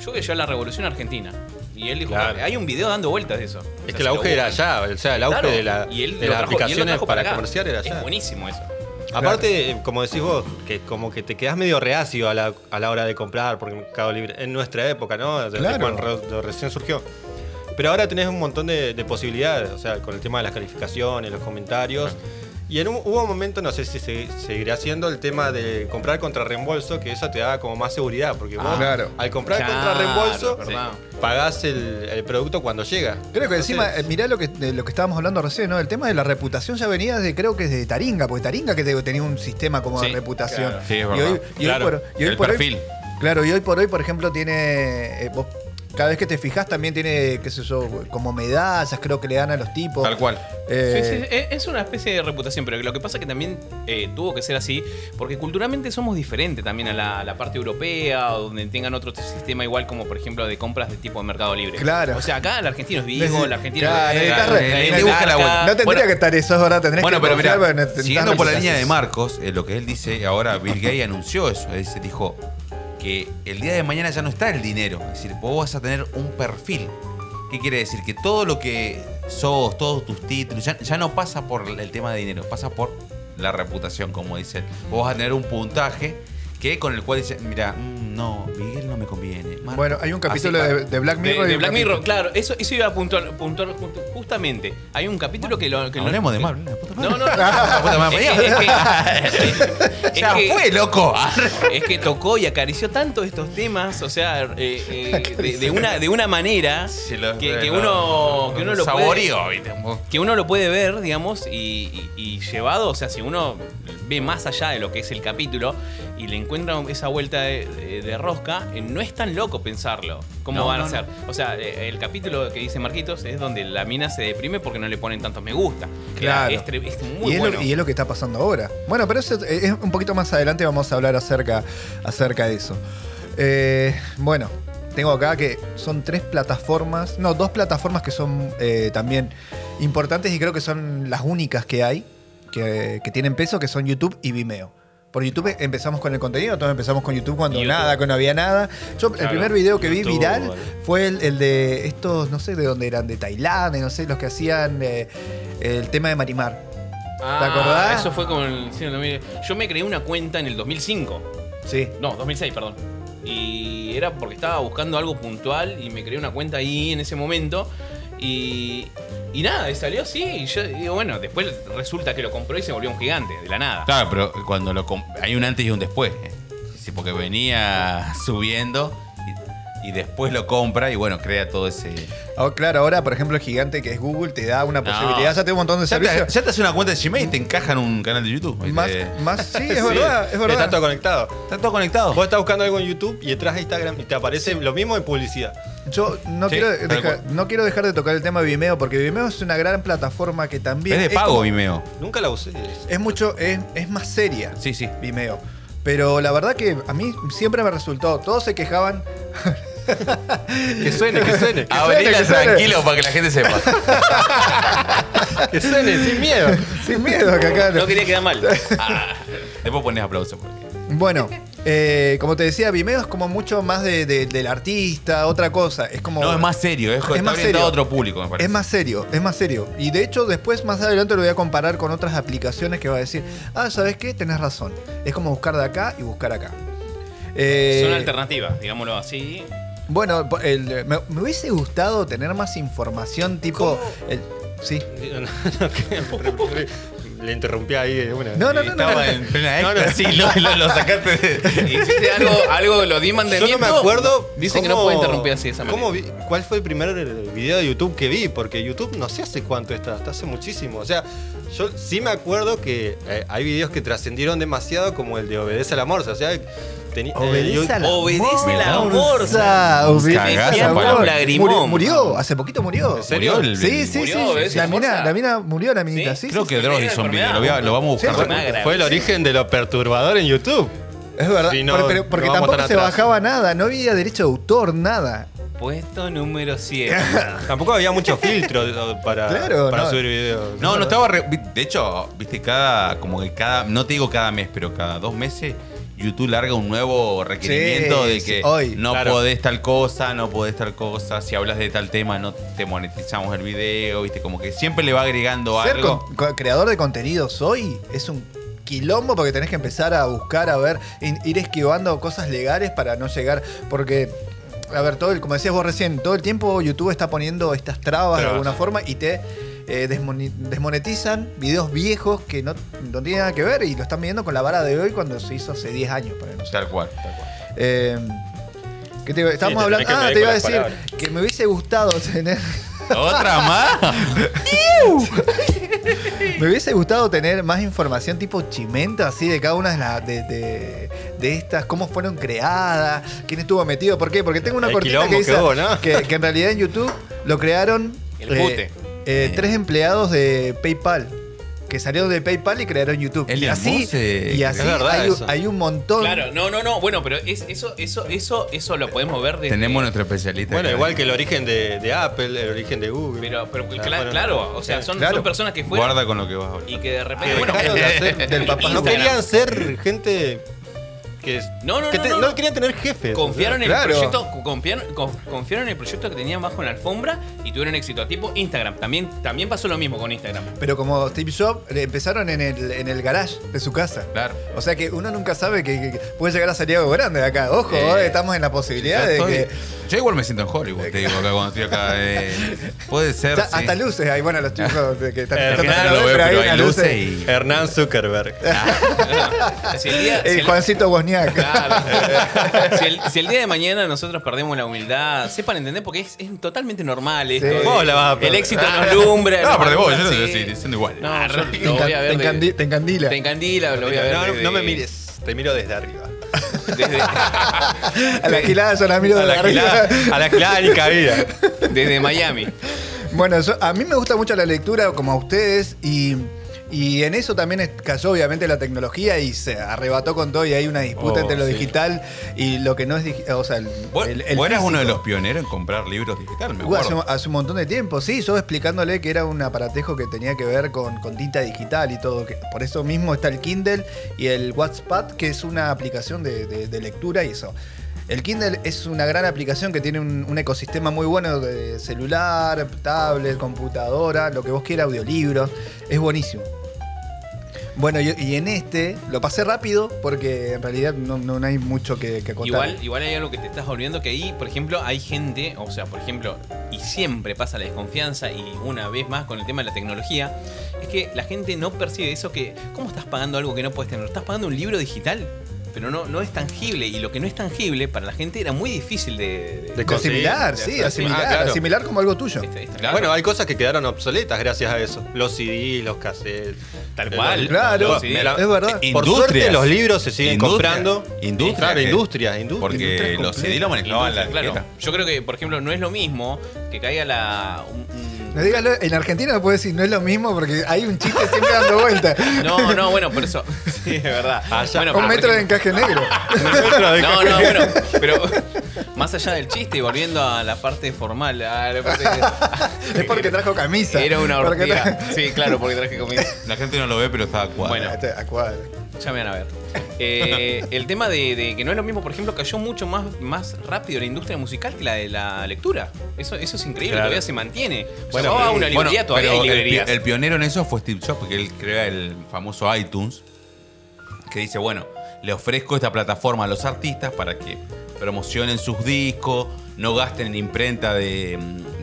Speaker 1: yo voy a llevar la revolución argentina. Y él dijo,
Speaker 3: Claro.
Speaker 1: hay un video dando vueltas de eso. O sea,
Speaker 3: Es que
Speaker 1: si
Speaker 3: el
Speaker 1: lo
Speaker 3: auge era
Speaker 1: buscan.
Speaker 3: allá, o sea, el auge
Speaker 1: Claro,
Speaker 3: de, la-
Speaker 1: y él lo
Speaker 3: de las
Speaker 1: trajo- y él lo
Speaker 3: aplicaciones
Speaker 1: trajo
Speaker 3: para
Speaker 1: acá.
Speaker 3: comerciar era allá.
Speaker 1: Es buenísimo eso.
Speaker 3: Aparte, eh, como decís vos, que como que te quedás medio reacio a la, a la hora de comprar, porque Mercado Libre, en nuestra época, ¿no? De- de
Speaker 2: Claro.
Speaker 3: cuando re- de recién surgió. Pero ahora tenés un montón de, de posibilidades, o sea, con el tema de las calificaciones, los comentarios. Y en un, hubo un momento, no sé si se, seguirá haciendo, el tema de comprar contra reembolso, que eso te da como más seguridad, porque
Speaker 1: Ah,
Speaker 3: vos
Speaker 2: claro.
Speaker 3: al comprar
Speaker 1: Claro,
Speaker 3: contra reembolso,
Speaker 1: verdad.
Speaker 3: pagás el, el producto cuando llega.
Speaker 2: Creo que
Speaker 3: Entonces,
Speaker 2: encima, eh, mirá lo que, de lo que estábamos hablando recién, ¿no? El tema de la reputación ya venía de, creo que desde Taringa, porque Taringa que te- tenía un sistema como
Speaker 1: Sí,
Speaker 2: de reputación.
Speaker 4: claro. Sí, es
Speaker 2: Y
Speaker 4: verdad.
Speaker 2: hoy, y hoy
Speaker 3: Claro,
Speaker 2: por, y hoy
Speaker 4: el
Speaker 2: por hoy-
Speaker 4: perfil.
Speaker 2: claro, y hoy por hoy, por ejemplo, tiene. eh, vos- cada vez que te fijas también tiene, qué sé yo, como medallas, creo que le dan a los tipos.
Speaker 4: Tal cual.
Speaker 2: Eh,
Speaker 1: Sí, sí, es- es una especie de reputación, pero lo que pasa es que también eh, tuvo que ser así, porque culturalmente somos diferentes también a la, a la parte europea, o donde tengan otro sistema igual como por ejemplo de compras de tipo de mercado libre.
Speaker 2: Claro.
Speaker 1: O sea, acá el argentino es vivo, el argentino
Speaker 2: Claro,
Speaker 1: es
Speaker 2: necesitas
Speaker 4: claro,
Speaker 2: re-
Speaker 4: ahí
Speaker 1: le
Speaker 2: necesitas-
Speaker 4: busca la vuelta.
Speaker 2: No tendría
Speaker 1: Bueno,
Speaker 2: que estar eso, es verdad, tendrías
Speaker 4: Bueno,
Speaker 2: que
Speaker 4: pero mira,
Speaker 2: confiar, pero necesitas
Speaker 4: siguiendo por la
Speaker 2: reputación.
Speaker 4: línea de Marcos, eh, lo que él dice, ahora Bill Gates anunció eso, él se dijo que el día de mañana ya no está el dinero, es decir, vos vas a tener un perfil. ¿Qué quiere decir? Que todo lo que sos, todos tus títulos, ya, ya no pasa por el tema de dinero, pasa por la reputación, como dice. Vos vas a tener un puntaje que con el cual dice, mira, mm, no, Miguel no me conviene. Marcos".
Speaker 2: Bueno, hay un capítulo
Speaker 4: Así va.
Speaker 2: de, de Black
Speaker 1: De,
Speaker 2: Mirror. y
Speaker 1: de
Speaker 2: un
Speaker 1: Black
Speaker 2: capítulo-
Speaker 1: Mirror, claro, eso, eso iba a puntuar, puntuar ju- justamente. Hay un capítulo que lo. Que lo-
Speaker 4: Ah, Hablemos de
Speaker 1: que-
Speaker 4: Marvel, la puta madre.
Speaker 1: No, no,
Speaker 4: La puta
Speaker 1: no.
Speaker 4: madre.
Speaker 1: Es que- es que- es
Speaker 4: ya
Speaker 1: que-
Speaker 4: fue, loco.
Speaker 1: Es que tocó y acarició tanto estos temas, o sea, eh, eh, de, de una, de una manera
Speaker 4: Se lo-
Speaker 1: que, que
Speaker 4: lo-
Speaker 1: uno, que uno lo puede,
Speaker 4: saboreó, ¿viste? Un poco.
Speaker 1: que uno lo puede ver, digamos, y, y- y llevado, o sea, si uno ve más allá de lo que es el capítulo y le encuentra esa vuelta de, de- de rosca, eh, no es tan loco pensarlo, cómo
Speaker 4: No,
Speaker 1: van
Speaker 4: no,
Speaker 1: a
Speaker 4: no.
Speaker 1: ser. O sea, eh, el capítulo que dice Marquitos es donde la mina se deprime porque no le ponen tantos me gusta.
Speaker 2: Claro.
Speaker 1: Es, tre- es muy
Speaker 2: Y es,
Speaker 1: bueno.
Speaker 2: lo, y es lo que está pasando ahora. Bueno, pero eso eh, es un poquito más adelante vamos a hablar acerca, acerca de eso. Eh, bueno, tengo acá que son tres plataformas, no, dos plataformas que son eh, también importantes y creo que son las únicas que hay, que, que tienen peso, que son YouTube y Vimeo. Por YouTube empezamos con el contenido, todos empezamos con YouTube cuando
Speaker 1: YouTube.
Speaker 2: nada, cuando había nada. Yo el
Speaker 3: Claro,
Speaker 2: primer video que vi
Speaker 3: YouTube,
Speaker 2: viral
Speaker 3: vale.
Speaker 2: fue el, el de estos, no sé de dónde eran, de Tailandia, no sé, los que hacían eh, el tema de Marimar.
Speaker 1: Ah,
Speaker 2: ¿Te acordás?
Speaker 1: Eso fue con. sí, no, mire, Yo me creé una cuenta en el 2005.
Speaker 2: Sí.
Speaker 1: No, 2006, perdón. Y era porque estaba buscando algo puntual y me creé una cuenta ahí en ese momento. Y, y nada, y salió así. Y yo digo, bueno, después resulta que lo compró y se volvió un gigante, de la nada.
Speaker 4: Claro, pero cuando lo comp- hay un antes y un después. ¿eh? Sí, porque venía subiendo y, y después lo compra y bueno, crea todo ese.
Speaker 2: Oh, claro, ahora, por ejemplo, el gigante que es Google te da una
Speaker 4: No.
Speaker 2: posibilidad. Ya tiene un montón de
Speaker 4: Ya te,
Speaker 2: servicios.
Speaker 4: ya te hace una cuenta de Gmail y te encajan un canal de YouTube. ¿viste?
Speaker 2: Más, más, sí, es verdad, es verdad.
Speaker 3: Está todo conectado.
Speaker 4: Está todo conectado.
Speaker 3: Vos estás buscando algo en YouTube y entras a Instagram y te aparece lo mismo de publicidad.
Speaker 2: Yo no,
Speaker 4: Sí,
Speaker 2: quiero
Speaker 4: tal
Speaker 2: dejar,
Speaker 4: cual.
Speaker 2: no quiero dejar de tocar el tema de Vimeo, porque Vimeo es una gran plataforma que
Speaker 4: Es
Speaker 2: también.
Speaker 4: de pago,
Speaker 2: como-
Speaker 4: Vimeo.
Speaker 3: Nunca la usé.
Speaker 2: Es mucho, es, es más seria.
Speaker 4: Sí, sí.
Speaker 2: Vimeo. Pero la verdad que a mí siempre me resultó. Todos se quejaban.
Speaker 3: Que suene, que
Speaker 2: suene,
Speaker 3: suene.
Speaker 4: Abrila
Speaker 2: que suene.
Speaker 4: Ah, tranquilo para que la gente sepa.
Speaker 3: que suene, sin miedo.
Speaker 2: Sin miedo, que acá.
Speaker 1: No quería quedar mal.
Speaker 4: Ah, después pones aplauso. porque-
Speaker 2: Bueno, eh, como te decía, Vimeo es como mucho más de- de- del artista, otra cosa. Es como.
Speaker 4: No, es más serio. Es,
Speaker 2: Es
Speaker 4: está
Speaker 2: más
Speaker 4: orientado
Speaker 2: serio.
Speaker 4: a otro público, me parece.
Speaker 2: Es más serio, es más serio. Y de hecho, después, más adelante, lo voy a comparar con otras aplicaciones que va a decir, ah, ¿sabes qué? Tenés razón. Es como buscar de acá y buscar acá. Eh,
Speaker 1: Son alternativas, digámoslo así.
Speaker 2: Bueno, po- el- me, me hubiese gustado tener más información tipo... el- sí.
Speaker 3: No, no, no, que- le interrumpí ahí de una.
Speaker 2: No, no, no, no.
Speaker 4: Estaba en plena
Speaker 3: No, no.
Speaker 4: éxtasis, lo, lo, lo sacaste de...
Speaker 1: ¿Hiciste algo, algo lo di
Speaker 3: Yo no
Speaker 1: mandamiento?
Speaker 3: me acuerdo.
Speaker 1: Dicen que no
Speaker 3: cómo-
Speaker 1: puede interrumpir así de esa manera.
Speaker 3: cómo vi- ¿Cuál fue el primer video de YouTube que vi? Porque YouTube no sé hace cuánto está, hasta hace muchísimo. O sea, yo sí me acuerdo que eh, hay videos que trascendieron demasiado, como el de Obedece al amor. O sea, teni- eh, yo-
Speaker 2: Obedece a la
Speaker 1: Obedece la
Speaker 2: morsa. Obedece
Speaker 4: Cagazo
Speaker 2: la
Speaker 4: para un
Speaker 2: morsa.
Speaker 1: lagrimón.
Speaker 2: Murió, murió, hace poquito murió.
Speaker 3: ¿En serio?
Speaker 4: Murió el-
Speaker 2: Sí, sí,
Speaker 1: murió,
Speaker 2: sí.
Speaker 1: obedece
Speaker 2: La
Speaker 1: la
Speaker 2: mina,
Speaker 1: morsa.
Speaker 2: la mina murió la amiguita, sí.
Speaker 4: Creo
Speaker 2: sí,
Speaker 4: que Dross hizo un video, lo, voy a- lo vamos a
Speaker 2: Sí,
Speaker 4: buscar.
Speaker 2: fue-
Speaker 4: después.
Speaker 3: Fue el origen de lo perturbador en YouTube.
Speaker 2: Es verdad.
Speaker 3: Sí, no,
Speaker 2: pero, pero- porque
Speaker 3: no vamos
Speaker 2: tampoco
Speaker 3: tan
Speaker 2: se
Speaker 3: atrás.
Speaker 2: bajaba nada, no había derecho de autor, nada.
Speaker 1: Puesto número 7.
Speaker 3: Tampoco había mucho filtro eh, para,
Speaker 2: Claro,
Speaker 3: para
Speaker 2: no.
Speaker 3: subir videos.
Speaker 4: No, no estaba. re- vi- de hecho, viste, cada. Como que cada. No te digo cada mes, pero cada dos meses. YouTube larga un nuevo requerimiento
Speaker 2: Sí,
Speaker 4: de
Speaker 2: sí,
Speaker 4: que
Speaker 2: hoy,
Speaker 4: no
Speaker 3: claro.
Speaker 4: podés tal cosa, no podés tal cosa, si hablas de tal tema no te monetizamos el video, viste, como que siempre le va agregando
Speaker 2: Ser
Speaker 4: algo.
Speaker 2: con- co- creador de contenidos hoy es un quilombo porque tenés que empezar a buscar, a ver, in- ir esquivando cosas legales para no llegar. Porque, a ver, todo el, como decías vos recién, todo el tiempo YouTube está poniendo estas trabas, de
Speaker 3: Trabas.
Speaker 2: alguna forma y te eh, desmoni- desmonetizan videos viejos que no, no tienen nada que ver y lo están midiendo con la vara de hoy cuando se hizo hace 10 años, por ejemplo.
Speaker 4: Tal cual, tal cual.
Speaker 2: Eh, ¿qué te iba- Estábamos
Speaker 3: te
Speaker 2: hablando.
Speaker 3: tenés que
Speaker 2: Ah,
Speaker 3: medir
Speaker 2: te iba a
Speaker 3: con las
Speaker 2: decir que me hubiese gustado tener.
Speaker 4: ¿Otra más?
Speaker 2: Me hubiese gustado tener más información tipo chimento, así de cada una de, la- de, de- de estas, cómo fueron creadas, quién estuvo metido, ¿por qué? Porque tengo una
Speaker 3: El
Speaker 2: cortita
Speaker 3: quilombo
Speaker 2: que dice
Speaker 3: que hubo, ¿no?
Speaker 2: que, que en realidad en YouTube lo crearon
Speaker 1: El pute.
Speaker 2: eh, tres empleados de PayPal. Que salieron de PayPal y crearon YouTube.
Speaker 4: El
Speaker 2: y así,
Speaker 4: Mose,
Speaker 2: y así
Speaker 3: es verdad
Speaker 2: hay, un-
Speaker 3: eso.
Speaker 2: hay un montón.
Speaker 1: Claro, no, no, no. Bueno, pero es, eso, eso, eso, eso lo podemos ver desde.
Speaker 4: Tenemos nuestro
Speaker 2: este,
Speaker 4: especialista.
Speaker 3: Bueno,
Speaker 4: acá.
Speaker 3: igual que el origen de, de Apple, el origen de Google.
Speaker 1: Pero, pero cla-
Speaker 3: Ah,
Speaker 1: claro,
Speaker 3: bueno.
Speaker 1: o sea, son,
Speaker 2: Claro.
Speaker 1: son personas que fueron
Speaker 4: Guarda con lo que vas a hablar.
Speaker 1: y que de repente.
Speaker 3: Que
Speaker 1: bueno,
Speaker 3: dejaron de hacer-
Speaker 2: del papá.
Speaker 3: No
Speaker 1: Instagram.
Speaker 3: querían ser gente que.
Speaker 1: No, no,
Speaker 3: que
Speaker 1: no,
Speaker 3: te-
Speaker 1: no, no.
Speaker 3: querían tener jefes.
Speaker 1: Confiaron en
Speaker 2: Claro.
Speaker 1: el proyecto, confiaron, con- confiaron en el proyecto que tenían bajo la alfombra y tuvieron éxito. Tipo Instagram. También, también pasó lo mismo con Instagram.
Speaker 2: Pero como Steve Jobs, le empezaron en el, en el garage de su casa.
Speaker 4: Claro.
Speaker 2: O sea que uno nunca sabe que, que- que puede llegar a salir algo grande de acá. Ojo,
Speaker 4: Eh,
Speaker 2: eh, estamos en la posibilidad
Speaker 4: Yo
Speaker 2: de
Speaker 4: estoy-
Speaker 2: que.
Speaker 4: Yo igual me siento en Hollywood, te digo, acá cuando estoy acá. eh, puede ser.
Speaker 2: Ya,
Speaker 4: sí.
Speaker 2: Hasta luces hay, bueno, los chicos de que están
Speaker 3: Al
Speaker 2: tratando
Speaker 3: final
Speaker 2: de
Speaker 4: no lo
Speaker 2: ver,
Speaker 4: veo, pero hay
Speaker 2: unas
Speaker 4: luces y.
Speaker 3: Hernán Zuckerberg.
Speaker 1: Si el día- si
Speaker 2: Eh,
Speaker 1: el-
Speaker 2: Juancito Bosniak.
Speaker 1: Claro. si, el, si el día de mañana nosotros perdemos la humildad, sepan entender porque es, es totalmente normal esto.
Speaker 2: Sí.
Speaker 1: de-
Speaker 3: Vos la vas a perder.
Speaker 1: El éxito nos lumbra.
Speaker 4: No,
Speaker 1: nos
Speaker 4: pero de vos, yo
Speaker 1: alumbra,
Speaker 4: no
Speaker 1: sí.
Speaker 4: estoy diciendo igual.
Speaker 1: No, yo
Speaker 2: Te,
Speaker 1: lo
Speaker 2: encan-
Speaker 1: voy a ver.
Speaker 2: te
Speaker 1: de-
Speaker 2: encandi- te encandila.
Speaker 1: te encandila, lo voy a ver.
Speaker 3: No, no,
Speaker 1: desde-
Speaker 3: no me mires, te miro desde arriba.
Speaker 1: Desde,
Speaker 2: a la gilada yo la miro
Speaker 3: A
Speaker 2: de
Speaker 3: la
Speaker 2: arriba.
Speaker 3: gilada, a la gilada ni cabida.
Speaker 1: desde Miami.
Speaker 2: Bueno, yo- a mí me gusta mucho la lectura, como a ustedes, y, y en eso también es- cayó obviamente la tecnología y se arrebató con todo y hay una disputa
Speaker 3: Oh,
Speaker 2: entre lo
Speaker 3: sí.
Speaker 2: digital y lo que no es digital. O sea, el,
Speaker 4: Vos,
Speaker 2: el- el
Speaker 4: vos eras
Speaker 2: físico.
Speaker 4: uno de los pioneros en comprar libros digitales, me
Speaker 2: Uh, hace,
Speaker 4: acuerdo.
Speaker 2: hace un montón de tiempo, sí, yo explicándole que era un aparatejo que tenía que ver con, con tinta digital y todo. que por eso mismo está el Kindle y el WhatsApp, que es una aplicación de, de- de lectura y eso. El Kindle es una gran aplicación que tiene un, un ecosistema muy bueno de celular, tablet, computadora, lo que vos quieras, audiolibros. Es buenísimo. Bueno, y, y en este lo pasé rápido porque en realidad no, no- no hay mucho que, que contar.
Speaker 1: Igual, igual hay algo que te estás olvidando que ahí, por ejemplo, hay gente, o sea, por ejemplo, y siempre pasa la desconfianza y una vez más con el tema de la tecnología, es que la gente no percibe eso que, ¿cómo estás pagando algo que no puedes tener? ¿Estás pagando un libro digital? Pero no, no es tangible y lo que no es tangible para la gente era muy difícil de... de-
Speaker 3: De
Speaker 2: De asimilar,
Speaker 1: conseguir,
Speaker 2: sí,
Speaker 1: de-
Speaker 2: asimilar,
Speaker 3: ah, claro.
Speaker 2: asimilar como algo tuyo.
Speaker 1: este- este-
Speaker 4: Claro.
Speaker 3: Bueno, hay cosas que quedaron obsoletas gracias a eso. Los CDs, los cassettes.
Speaker 1: Tal
Speaker 3: Eh,
Speaker 1: cual.
Speaker 2: Claro,
Speaker 1: Los CDs.
Speaker 3: me la-
Speaker 2: es verdad.
Speaker 4: Eh,
Speaker 3: Por
Speaker 4: Industrias.
Speaker 3: suerte los libros se siguen
Speaker 4: Industrias.
Speaker 3: comprando.
Speaker 4: Industrias.
Speaker 3: Claro,
Speaker 4: que-
Speaker 3: industrias, industrias.
Speaker 4: Porque
Speaker 3: industrias
Speaker 4: los CD lo manejaban la
Speaker 1: Claro,
Speaker 4: claro.
Speaker 1: yo creo que, por ejemplo, no es lo mismo que caiga la... un- un-
Speaker 2: No digas lo- en Argentina no puedo decir, no es lo mismo porque hay un chiste siempre dando vuelta.
Speaker 1: No, no, bueno, por eso. Sí, es verdad.
Speaker 4: Ah,
Speaker 3: Allá.
Speaker 1: Bueno, pero
Speaker 2: un
Speaker 1: por
Speaker 2: metro de
Speaker 1: ejemplo-
Speaker 2: encaje negro.
Speaker 1: No, no, bueno, pero más allá del chiste y volviendo a la parte formal, a la parte
Speaker 2: es porque trajo camisa.
Speaker 1: era una
Speaker 2: Porque
Speaker 1: orgía.
Speaker 2: tra-
Speaker 1: Sí, claro, porque traje comida.
Speaker 4: La gente no lo ve, pero estaba cuadro.
Speaker 1: Bueno.
Speaker 2: Este, a cuadro.
Speaker 1: Ya me van a ver. Eh, el tema de, de que no es lo mismo, por ejemplo, cayó mucho más, más rápido la industria musical que la de la lectura. Eso, eso es increíble,
Speaker 3: Claro.
Speaker 1: todavía se mantiene. Bueno,
Speaker 3: Bueno,
Speaker 1: yo a
Speaker 3: pero-
Speaker 1: una librería
Speaker 4: Bueno,
Speaker 1: todavía
Speaker 4: pero
Speaker 1: hay
Speaker 4: el pi-
Speaker 1: librerías.
Speaker 4: El, pionero en eso fue Steve Jobs, que él crea el famoso iTunes, que dice, bueno, le ofrezco esta plataforma a los artistas para que promocionen sus discos, no gasten en imprenta de,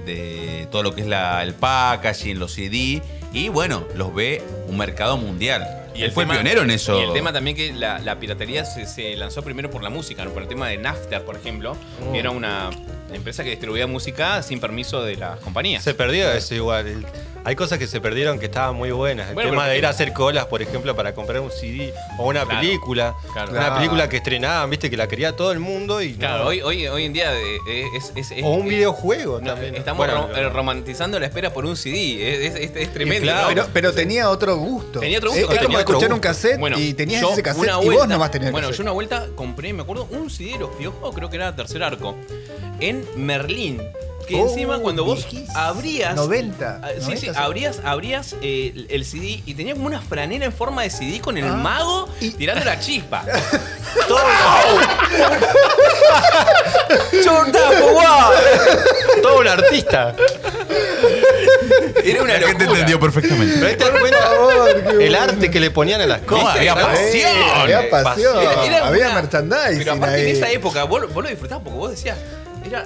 Speaker 4: de todo lo que es la, el packaging, los CD, y Y bueno, los ve un mercado mundial.
Speaker 1: Y
Speaker 4: Él
Speaker 1: el
Speaker 4: fue
Speaker 1: tema-
Speaker 4: pionero en eso.
Speaker 1: Y el tema también que la, la piratería se, se lanzó primero por la música, ¿no? por el tema de NAFTA, por ejemplo,
Speaker 3: Oh.
Speaker 1: que era una empresa que distribuía música sin permiso de las compañías.
Speaker 3: Se perdió eso igual. El- Hay cosas que se perdieron que estaban muy buenas. El
Speaker 1: Bueno,
Speaker 3: tema
Speaker 1: pero-
Speaker 3: de ir a hacer colas, por ejemplo, para comprar un CD o una
Speaker 1: Claro,
Speaker 3: película.
Speaker 1: claro.
Speaker 3: Una
Speaker 2: Claro.
Speaker 3: película que estrenaban, viste, que la quería todo el mundo y.
Speaker 1: Claro,
Speaker 3: no.
Speaker 1: hoy, hoy, hoy en día eh, eh, es, es- es-
Speaker 3: O un
Speaker 1: eh,
Speaker 3: videojuego
Speaker 1: no,
Speaker 3: también.
Speaker 1: Estamos
Speaker 3: Bueno,
Speaker 1: ro- eh, romantizando la espera por un CD. Es, es- es- es tremendo.
Speaker 3: claro,
Speaker 1: ¿no?
Speaker 2: Pero, pero tenía otro gusto.
Speaker 1: Tenía otro
Speaker 2: Es-
Speaker 1: gusto,
Speaker 2: Eh, Es,
Speaker 1: claro,
Speaker 2: como
Speaker 1: tenía otro
Speaker 2: escuchar un
Speaker 1: gusto.
Speaker 2: cassette
Speaker 1: Bueno,
Speaker 2: y tenías
Speaker 1: yo
Speaker 2: ese cassette
Speaker 1: una
Speaker 2: y vos
Speaker 1: vuelta-
Speaker 2: nomás tenías el
Speaker 1: Bueno, yo
Speaker 2: cassette.
Speaker 1: una vuelta compré, me acuerdo, un CD de los piojos, creo que era tercer arco, en Merlín. Que
Speaker 2: Oh,
Speaker 1: encima cuando vos
Speaker 2: viejísimo.
Speaker 1: abrías.
Speaker 2: 90,
Speaker 1: Ah, Sí, sí,
Speaker 2: 90, sí.
Speaker 1: abrías, abrías eh, el- el CD y tenía como una franela en forma de CD con el
Speaker 2: Ah.
Speaker 1: mago
Speaker 2: Y-
Speaker 1: tirando la chispa. Todo ¡Chortapo, guau!
Speaker 3: todo un artista.
Speaker 1: Era una
Speaker 4: La gente
Speaker 1: locura.
Speaker 3: Pero
Speaker 4: entendió perfectamente.
Speaker 3: ahí te das cuenta el arte que le ponían a las
Speaker 4: No,
Speaker 3: cosas.
Speaker 4: había
Speaker 3: ¿no?
Speaker 4: pasión.
Speaker 2: Eh, había pasión,
Speaker 1: Era- era
Speaker 2: había
Speaker 1: una-
Speaker 2: merchandising.
Speaker 1: Pero aparte
Speaker 2: ahí.
Speaker 1: en esa época, vos, vos lo disfrutabas porque vos decías, era.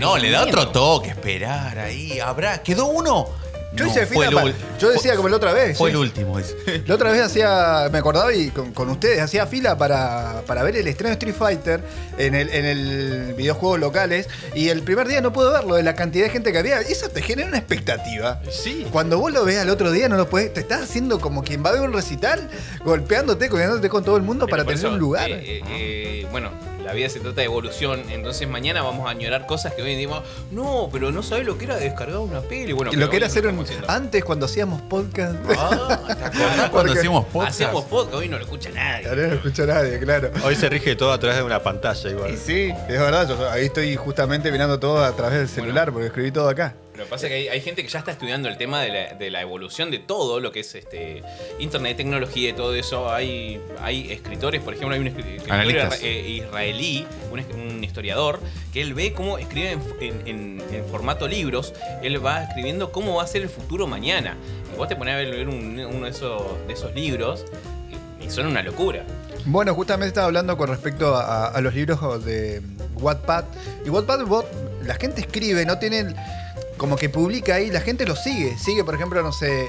Speaker 4: No, le da otro
Speaker 1: todo
Speaker 4: toque, esperar ahí. Habrá. ¿Quedó uno?
Speaker 2: Yo
Speaker 4: No,
Speaker 2: hice fila
Speaker 4: fue el
Speaker 2: pa-
Speaker 4: ul-
Speaker 2: Yo decía como la otra vez.
Speaker 4: Fue
Speaker 2: ¿sí?
Speaker 4: el último. dice.
Speaker 2: La otra vez hacía, me acordaba y con, con ustedes, hacía fila para, para ver el estreno de Street Fighter en el, en el videojuegos locales y el primer día no pude verlo, de la cantidad de gente que había, eso te genera una expectativa.
Speaker 3: Sí.
Speaker 2: Cuando vos lo ves al otro día no lo puedes, te estás haciendo como quien va a ver un recital, golpeándote, comiéndote con todo el mundo para
Speaker 1: Pero por
Speaker 2: tener
Speaker 1: eso,
Speaker 2: un lugar.
Speaker 1: eh, eh, eh, bueno, la vida se trata de evolución, entonces mañana vamos a añorar cosas que hoy en día decimos, no, pero no sabés lo que era descargar una peli. Bueno,
Speaker 2: lo que era hacer
Speaker 1: hacer
Speaker 2: un, antes cuando hacíamos podcast.
Speaker 4: ¿Te acordás cuando
Speaker 2: Porque-
Speaker 4: hacíamos podcast?
Speaker 1: Hacíamos Ah, podcast, hoy no lo escucha nadie.
Speaker 2: Ahora no lo escucha nadie, claro.
Speaker 3: Hoy se rige todo a través de una pantalla igual.
Speaker 2: Y sí, es verdad, yo ahí estoy justamente mirando todo a través del celular porque escribí todo acá.
Speaker 1: Lo que pasa es que hay, hay gente que ya está estudiando el tema de la, de la evolución de todo lo que es este internet, tecnología y todo eso. Hay, hay escritores, por ejemplo, hay un escri- escritor
Speaker 4: Analistas.
Speaker 1: isra- eh, israelí, un, es- un historiador, que él ve cómo escribe en, en- en- en formato libros, él va escribiendo cómo va a ser el futuro mañana. Y vos te pones a ver- leer un- uno de esos, de esos libros y, y son una locura.
Speaker 2: Bueno, justamente estaba hablando con respecto a, a- a los libros de Wattpad. Y Wattpad, vos- la gente escribe, no tienen. Como que publica ahí, la gente lo sigue. Sigue, por ejemplo, no sé. eh,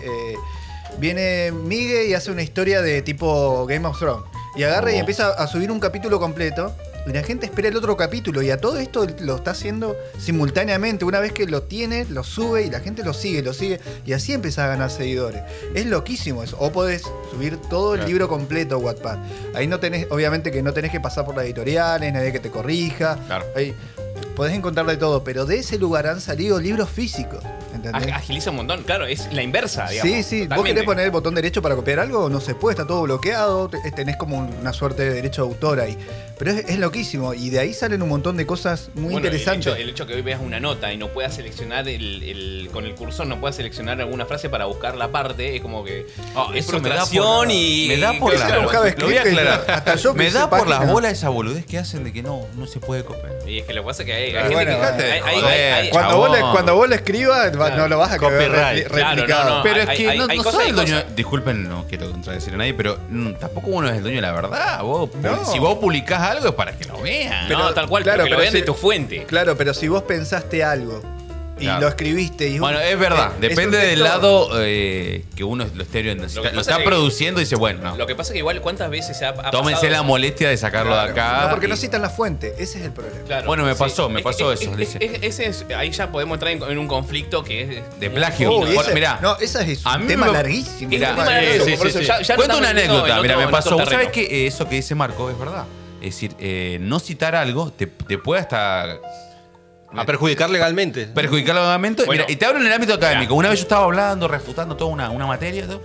Speaker 2: viene Migue y hace una historia de tipo Game of Thrones. Y agarra y
Speaker 4: Oh.
Speaker 2: empieza a subir un capítulo completo. Y la gente espera el otro capítulo. Y a todo esto lo está haciendo simultáneamente. Una vez que lo tiene, lo sube y la gente lo sigue, lo sigue. Y así empieza a ganar seguidores. Es loquísimo eso. O podés subir todo el
Speaker 3: Claro.
Speaker 2: libro completo a Wattpad. Ahí no tenés, obviamente que no tenés que pasar por las editoriales, nadie que te corrija.
Speaker 4: Claro.
Speaker 2: Ahí podés encontrar de todo, pero de ese lugar han salido libros físicos. ¿Entendés?
Speaker 1: Ag-
Speaker 4: Ah,
Speaker 1: Agiliza un montón, claro, es la inversa, digamos.
Speaker 2: Sí, sí. ¿Vos
Speaker 1: totalmente.
Speaker 2: querés poner el botón derecho para copiar algo? No se puede, está todo bloqueado. te- eh, Tenés como una suerte de derecho de autor ahí. Pero es, es loquísimo. Y de ahí salen un montón de cosas muy
Speaker 1: Bueno,
Speaker 2: interesantes.
Speaker 1: El hecho, el hecho que hoy veas una nota y no puedas seleccionar el, el- con el cursor, no puedas seleccionar alguna frase para buscar la parte, es como que. ah, es
Speaker 4: Eso me da por-
Speaker 1: frustración y.
Speaker 4: Me da por
Speaker 1: y-
Speaker 2: la-
Speaker 4: las
Speaker 2: Claro, buscaba
Speaker 4: Lo voy a
Speaker 2: escrito y
Speaker 4: aclarar.
Speaker 2: hasta yo
Speaker 4: Me
Speaker 2: puse
Speaker 4: da por las
Speaker 2: página.
Speaker 4: bolas esa boludez que hacen de que no, no se puede copiar.
Speaker 1: Y es que lo que pasa es que hay, hay
Speaker 2: Ah,
Speaker 1: gente
Speaker 2: bueno,
Speaker 1: que.
Speaker 2: bueno.
Speaker 1: hay- hay-
Speaker 4: Joder,
Speaker 1: hay- hay-
Speaker 4: cua-
Speaker 2: Cuando vos, le,
Speaker 4: Chabón.
Speaker 2: cuando vos le escribas, va- no lo vas a querer
Speaker 3: Copyright.
Speaker 2: repli- replicado.
Speaker 1: Claro, no, no.
Speaker 4: Pero
Speaker 1: hay-
Speaker 4: es que
Speaker 1: hay-
Speaker 4: no,
Speaker 1: hay
Speaker 4: no
Speaker 1: cosas,
Speaker 4: sos
Speaker 1: hay
Speaker 4: el dueño.
Speaker 1: cosas.
Speaker 4: Disculpen, no quiero contradecir a nadie, pero mm, tampoco uno es el dueño de la verdad. Vos,
Speaker 2: No.
Speaker 4: Si vos publicás algo es para que lo vean.
Speaker 1: no,
Speaker 2: pero-
Speaker 1: tal cual,
Speaker 2: claro,
Speaker 1: pero que lo
Speaker 2: pero
Speaker 1: vean de
Speaker 2: si-
Speaker 1: tu fuente.
Speaker 2: Claro, pero si vos pensaste algo y
Speaker 4: Claro.
Speaker 2: lo escribiste y
Speaker 4: Bueno, es verdad.
Speaker 2: es- es un
Speaker 4: Depende del
Speaker 2: texto-
Speaker 4: lado eh, que uno lo esté viendo. Si
Speaker 1: Lo que
Speaker 4: Lo,
Speaker 1: pasa
Speaker 4: está
Speaker 1: es que-
Speaker 4: produciendo y dice, bueno, no.
Speaker 1: Lo que pasa es que igual, ¿cuántas veces se ha, ha
Speaker 4: tómense la
Speaker 1: pasado-
Speaker 4: molestia de sacarlo de acá.
Speaker 2: No, porque no
Speaker 4: y-
Speaker 2: citan la fuente, ese es el problema.
Speaker 1: Claro,
Speaker 4: Bueno, me
Speaker 1: sí.
Speaker 4: pasó, me
Speaker 1: Es-
Speaker 4: pasó
Speaker 1: es-
Speaker 4: eso,
Speaker 1: es-
Speaker 4: dice.
Speaker 1: es- ese es- ahí ya podemos entrar en, en un conflicto que es.
Speaker 4: De
Speaker 1: muy
Speaker 4: plagio.
Speaker 1: fino.
Speaker 4: Uy,
Speaker 2: Ese-
Speaker 4: mirá.
Speaker 2: no, ese es
Speaker 4: A
Speaker 2: un
Speaker 4: mí
Speaker 2: tema
Speaker 4: me-
Speaker 2: larguísimo.
Speaker 4: Mirá,
Speaker 2: un tema
Speaker 1: Sí,
Speaker 2: larguísimo,
Speaker 1: sí,
Speaker 2: por
Speaker 1: sí,
Speaker 2: eso
Speaker 1: sí.
Speaker 2: ya-
Speaker 1: ya- ya
Speaker 4: Cuento
Speaker 1: estamos
Speaker 4: una
Speaker 1: metiendo
Speaker 4: anécdota.
Speaker 1: en
Speaker 4: Mira,
Speaker 1: otro-
Speaker 4: me
Speaker 1: en
Speaker 4: pasó.
Speaker 1: otro
Speaker 4: Vos sabés
Speaker 1: terreno.
Speaker 4: que eh, eso que dice Marco es verdad. Es decir, eh, no citar algo te, te puede hasta
Speaker 3: A perjudicar legalmente.
Speaker 4: perjudicar argumentos.
Speaker 1: Bueno.
Speaker 4: Mira, y te hablo en el ámbito académico.
Speaker 1: Mirá.
Speaker 4: Una vez yo estaba hablando, refutando toda una, una materia todo,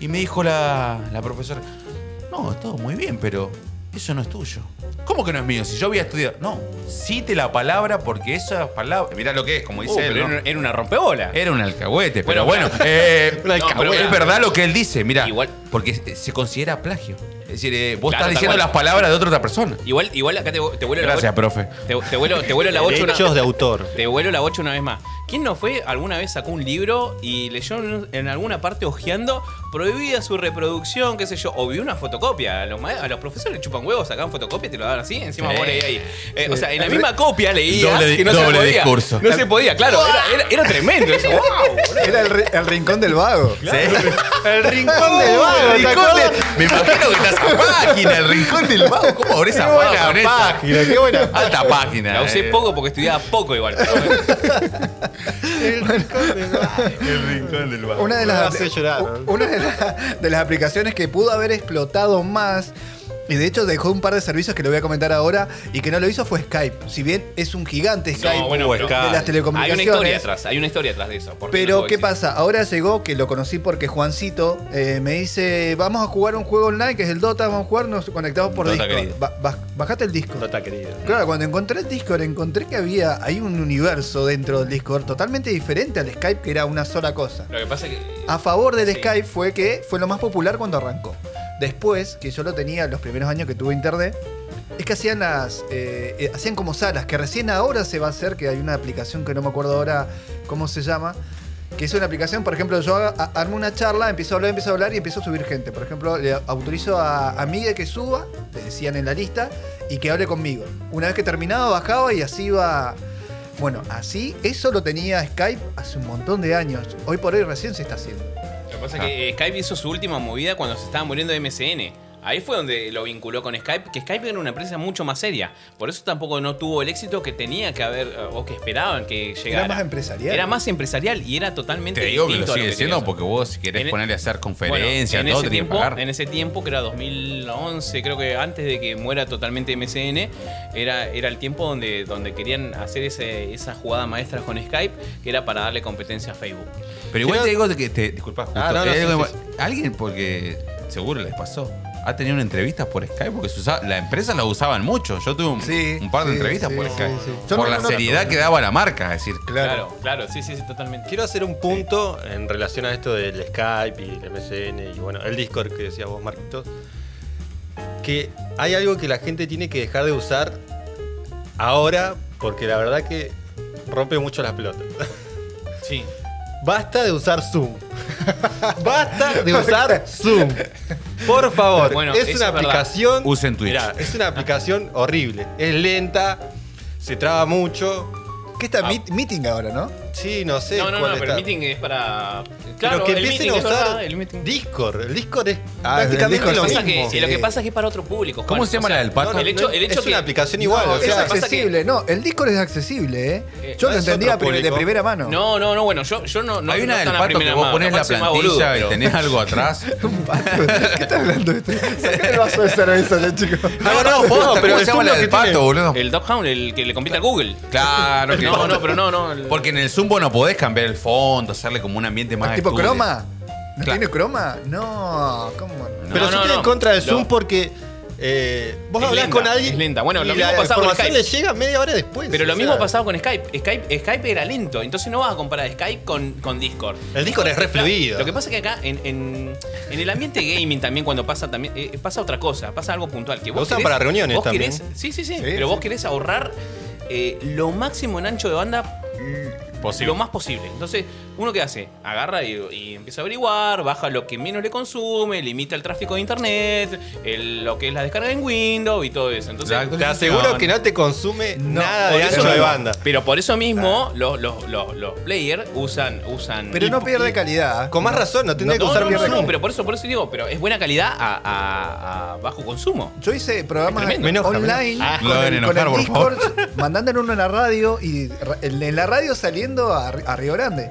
Speaker 4: y me dijo la, la profesora, no, es todo muy bien, pero eso no es tuyo. ¿Cómo que no es mío? Si yo había estudiado. No, cite la palabra porque esa palabra... Mira lo que es, como dice
Speaker 1: Uh,
Speaker 4: él,
Speaker 1: pero
Speaker 4: ¿no?
Speaker 1: era, era una rompeola.
Speaker 4: Era un alcahuete, pero
Speaker 1: Bueno,
Speaker 4: bueno, eh,
Speaker 1: Un alcahuete.
Speaker 4: no, pero es verdad lo que él dice, mira,
Speaker 1: Igual.
Speaker 4: porque se considera plagio. Es decir, eh, vos
Speaker 6: Claro,
Speaker 4: estás
Speaker 6: tal
Speaker 4: diciendo
Speaker 6: cual.
Speaker 4: las palabras de otra- otra persona.
Speaker 6: Igual, igual acá te, te vuelo
Speaker 4: Gracias,
Speaker 6: la bocha.
Speaker 4: profe.
Speaker 6: Te, te vuelo, te vuelo la bocha una,
Speaker 3: Derechos de autor.
Speaker 6: Te vuelo la bocha una vez más.
Speaker 1: ¿Quién no fue alguna vez sacó un libro y leyó en, en alguna parte hojeando prohibida su reproducción, qué sé yo, o vio una fotocopia? A los, ma- a los profesores le chupan huevos, sacaban fotocopia y te lo daban así, encima
Speaker 4: Sí.
Speaker 1: vos leías ahí. Eh, O sea, en la misma copia leías
Speaker 4: Doble-
Speaker 1: que no se
Speaker 4: doble
Speaker 1: podía.
Speaker 4: discurso.
Speaker 1: No se podía, claro, era, era- era tremendo. eso.
Speaker 2: Era el, ri- el rincón del vago.
Speaker 4: Sí.
Speaker 3: Oh, El rincón del vago,
Speaker 4: El rincón de- me imagino que está esa página, el rincón del vago. ¿Cómo abrís esa página? con esa?
Speaker 3: qué buena.
Speaker 4: Alta página.
Speaker 1: La usé
Speaker 4: eh.
Speaker 1: poco porque estudiaba poco igual. pero bueno.
Speaker 4: El rincón del vago.
Speaker 2: Una de
Speaker 3: Me
Speaker 1: Ah,
Speaker 2: las,
Speaker 3: hace llorar,
Speaker 2: u-
Speaker 3: ¿no?
Speaker 2: una de, la- de las aplicaciones que pudo haber explotado más. Y de hecho dejó un par de servicios que lo voy a comentar ahora y que no lo hizo fue Skype. Si bien es un gigante Skype
Speaker 1: bueno,
Speaker 4: Pues,
Speaker 2: de
Speaker 1: pero
Speaker 2: las
Speaker 1: Hay
Speaker 2: telecomunicaciones.
Speaker 1: una historia atrás, hay una historia atrás de eso. ¿por qué no
Speaker 2: Pero,
Speaker 1: puedo
Speaker 2: ¿qué
Speaker 1: decir?
Speaker 2: pasa? Ahora llegó que lo conocí porque Juancito eh, me dice: Vamos a jugar un juego online que es el Dota, vamos a jugar, nos conectamos por
Speaker 4: Dota,
Speaker 2: Discord.
Speaker 4: querido.
Speaker 2: Ba- baj- bajate el Discord.
Speaker 3: No está querido.
Speaker 2: Claro, cuando encontré el Discord, encontré que había hay un universo dentro del Discord totalmente diferente al Skype, que era una sola cosa.
Speaker 1: Lo que pasa es que.
Speaker 2: A favor del Skype fue que fue lo más popular cuando arrancó. Después, que yo lo tenía los primeros años que tuve internet, es que hacían las. eh, eh, hacían como salas, que recién ahora se va a hacer, que hay una aplicación que no me acuerdo ahora cómo se llama. Que es una aplicación, por ejemplo, yo haga- a- armo una charla, empiezo a hablar, empiezo a hablar y empiezo a subir gente. Por ejemplo, le autorizo a, a Miguel que suba, le decían en la lista, y que hable conmigo. Una vez que terminaba, bajaba y así iba. Bueno, así, eso lo tenía Skype hace un montón de años. Hoy por hoy recién se está haciendo.
Speaker 1: Lo que pasa es que eh, Skype hizo su última movida cuando se estaba muriendo de MSN. Ahí fue donde lo vinculó con Skype, que Skype era una empresa mucho más seria. Por eso tampoco no tuvo el éxito que tenía que haber eh, o que esperaban que llegara.
Speaker 2: Era más empresarial.
Speaker 1: Era más empresarial y era totalmente
Speaker 4: Te digo que lo
Speaker 1: distinto a
Speaker 4: sigue
Speaker 1: que
Speaker 4: siendo
Speaker 1: querías.
Speaker 4: porque vos, si
Speaker 1: En
Speaker 4: querés
Speaker 1: el-
Speaker 4: ponerle a hacer
Speaker 1: Bueno,
Speaker 4: conferencias,
Speaker 1: en
Speaker 4: todo,
Speaker 1: ese
Speaker 4: tenés que
Speaker 1: tiempo,
Speaker 4: pagar.
Speaker 1: en ese tiempo que era 2011, creo que antes de que muera totalmente MCN, era, era el tiempo donde, donde querían hacer ese- esa jugada maestra con Skype, que era para darle competencia a Facebook.
Speaker 4: Pero igual
Speaker 3: Quiero-
Speaker 4: te digo que te. Disculpa, justo.
Speaker 3: Ah, no, no,
Speaker 4: te digo
Speaker 3: sí,
Speaker 4: que- Alguien, porque seguro les pasó. Ha tenido una entrevista por Skype porque se usaba- la empresa la usaban mucho. Yo tuve un,
Speaker 2: Sí,
Speaker 4: un par de
Speaker 2: sí,
Speaker 4: entrevistas
Speaker 2: sí,
Speaker 4: por
Speaker 2: sí,
Speaker 4: Skype.
Speaker 2: sí. Yo
Speaker 4: Por
Speaker 2: no-
Speaker 4: la
Speaker 2: no la
Speaker 4: seriedad que daba la marca. Es decir,
Speaker 1: Claro, claro, sí, sí, sí, totalmente.
Speaker 3: Quiero hacer un punto en relación a esto del Skype y el MSN y bueno, el Discord que decía vos, Marquitos. Que hay algo que la gente tiene que dejar de usar ahora porque la verdad que rompe mucho las pelotas.
Speaker 1: Sí.
Speaker 3: Basta de usar Zoom. Basta de usar Zoom. Por favor,
Speaker 1: Bueno,
Speaker 3: es
Speaker 1: eso
Speaker 3: una
Speaker 1: es verdad.
Speaker 3: aplicación.
Speaker 4: Usen Twitch.
Speaker 3: Mirá, es una aplicación horrible. Es lenta, se traba mucho.
Speaker 2: ¿Qué está
Speaker 1: Ah.
Speaker 2: Meet- meeting ahora, no?
Speaker 3: Sí, no sé.
Speaker 1: No, no,
Speaker 3: cuál
Speaker 1: no, pero el
Speaker 3: está.
Speaker 1: meeting es para.
Speaker 3: pero que empiecen a
Speaker 1: es
Speaker 3: usar
Speaker 1: verdad, el meeting.
Speaker 3: Discord. El Discord es
Speaker 2: Ah,
Speaker 3: prácticamente
Speaker 2: el
Speaker 3: lo
Speaker 2: Discord
Speaker 1: Pasa
Speaker 3: mismo.
Speaker 2: sí.
Speaker 1: que-
Speaker 2: Sí.
Speaker 1: Lo que pasa es que es para otro público.
Speaker 4: ¿Cómo
Speaker 1: Juan.
Speaker 4: se llama
Speaker 1: O sea,
Speaker 4: la del pato?
Speaker 3: No, no,
Speaker 1: el hecho-
Speaker 3: no,
Speaker 1: el hecho
Speaker 3: es
Speaker 1: que-
Speaker 3: una aplicación igual.
Speaker 2: No,
Speaker 3: o sea,
Speaker 2: es
Speaker 1: pasa que-
Speaker 2: accesible, no, el Discord es accesible, ¿eh?
Speaker 1: Eh,
Speaker 2: Yo
Speaker 3: no
Speaker 2: lo
Speaker 3: es
Speaker 2: entendía
Speaker 3: otro
Speaker 2: pri- de
Speaker 3: público.
Speaker 2: primera mano.
Speaker 1: No, no, no, bueno, yo, yo no. no
Speaker 4: Hay
Speaker 1: no
Speaker 4: una del
Speaker 1: tan a
Speaker 4: pato que
Speaker 1: primera
Speaker 4: vos
Speaker 1: mano,
Speaker 4: pones
Speaker 1: capaz
Speaker 4: la
Speaker 1: soy
Speaker 4: plantilla
Speaker 1: más boludo,
Speaker 4: y
Speaker 1: pero-
Speaker 4: tenés algo atrás.
Speaker 2: ¿Qué estás hablando de esto? Sacate el vaso de cerveza, ya, chicos.
Speaker 4: No, no, posta,
Speaker 3: pero
Speaker 4: ¿cómo
Speaker 3: es
Speaker 4: se llama
Speaker 3: uno
Speaker 4: la del
Speaker 3: que tiene-
Speaker 4: pato, boludo?
Speaker 1: El Doghound, el que le compite al Google.
Speaker 4: Claro que
Speaker 1: No, no, pero no, no. el-
Speaker 4: Porque en el Zoom vos no podés cambiar el fondo, hacerle como un ambiente más.
Speaker 2: ¿Tipo
Speaker 4: estudio.
Speaker 2: croma? ¿No
Speaker 4: Claro.
Speaker 2: tiene croma? No, ¿cómo no?
Speaker 3: Pero
Speaker 1: No,
Speaker 3: sí
Speaker 1: no,
Speaker 3: estoy
Speaker 1: no.
Speaker 3: en contra del
Speaker 1: Lo-
Speaker 3: Zoom porque eh, vos
Speaker 1: Es
Speaker 3: hablás
Speaker 1: lenta,
Speaker 3: con alguien.
Speaker 1: es lenta. Bueno, lo
Speaker 3: y
Speaker 1: mismo
Speaker 3: la
Speaker 1: pasaba con
Speaker 3: información le
Speaker 1: Skype.
Speaker 3: llega media hora después.
Speaker 1: Pero lo
Speaker 3: o
Speaker 1: mismo
Speaker 3: sea,
Speaker 1: pasaba con Skype. Skype. Skype era lento, entonces no vas a comparar Skype con, con Discord.
Speaker 3: El Discord es re
Speaker 1: Claro,
Speaker 3: fluido.
Speaker 1: Lo que pasa es que acá, en, en- en el ambiente gaming también, cuando pasa también eh, pasa otra cosa, pasa algo puntual. Que vos
Speaker 3: usan
Speaker 1: querés-
Speaker 3: para reuniones
Speaker 1: vos
Speaker 3: también.
Speaker 1: querés- sí, sí, sí, pero vos querés ahorrar eh, lo máximo en ancho de banda
Speaker 4: Posible.
Speaker 1: lo más posible. Entonces, ¿uno qué hace? Agarra y, y empieza a averiguar, baja lo que menos le consume, limita el tráfico de internet, el- lo que es la descarga en Windows y todo eso. Entonces,
Speaker 4: Exacto.
Speaker 3: Te aseguro que no te consume
Speaker 2: No,
Speaker 3: nada
Speaker 1: por
Speaker 3: de
Speaker 1: eso
Speaker 3: ancho de
Speaker 1: mismo-
Speaker 3: banda.
Speaker 1: Pero por eso mismo los, los, los, los players usan, usan.
Speaker 2: Pero no
Speaker 1: y-
Speaker 2: pierde
Speaker 1: y-
Speaker 2: calidad.
Speaker 3: Con más razón, no
Speaker 1: No,
Speaker 3: tendría que
Speaker 1: no,
Speaker 3: usar
Speaker 1: no,
Speaker 3: bien
Speaker 1: no,
Speaker 3: Zoom.
Speaker 1: pero por eso, por eso digo, pero es buena calidad a, a- a bajo consumo.
Speaker 2: Yo hice programas
Speaker 1: Tremendo.
Speaker 3: Me enoja, me enoja.
Speaker 2: online
Speaker 4: Ah,
Speaker 2: con,
Speaker 4: lo deben
Speaker 2: el, con el
Speaker 4: enojar, por
Speaker 2: Discord, mandándole uno en la radio y ra- en en la radio saliendo a, Ri- a Río Grande.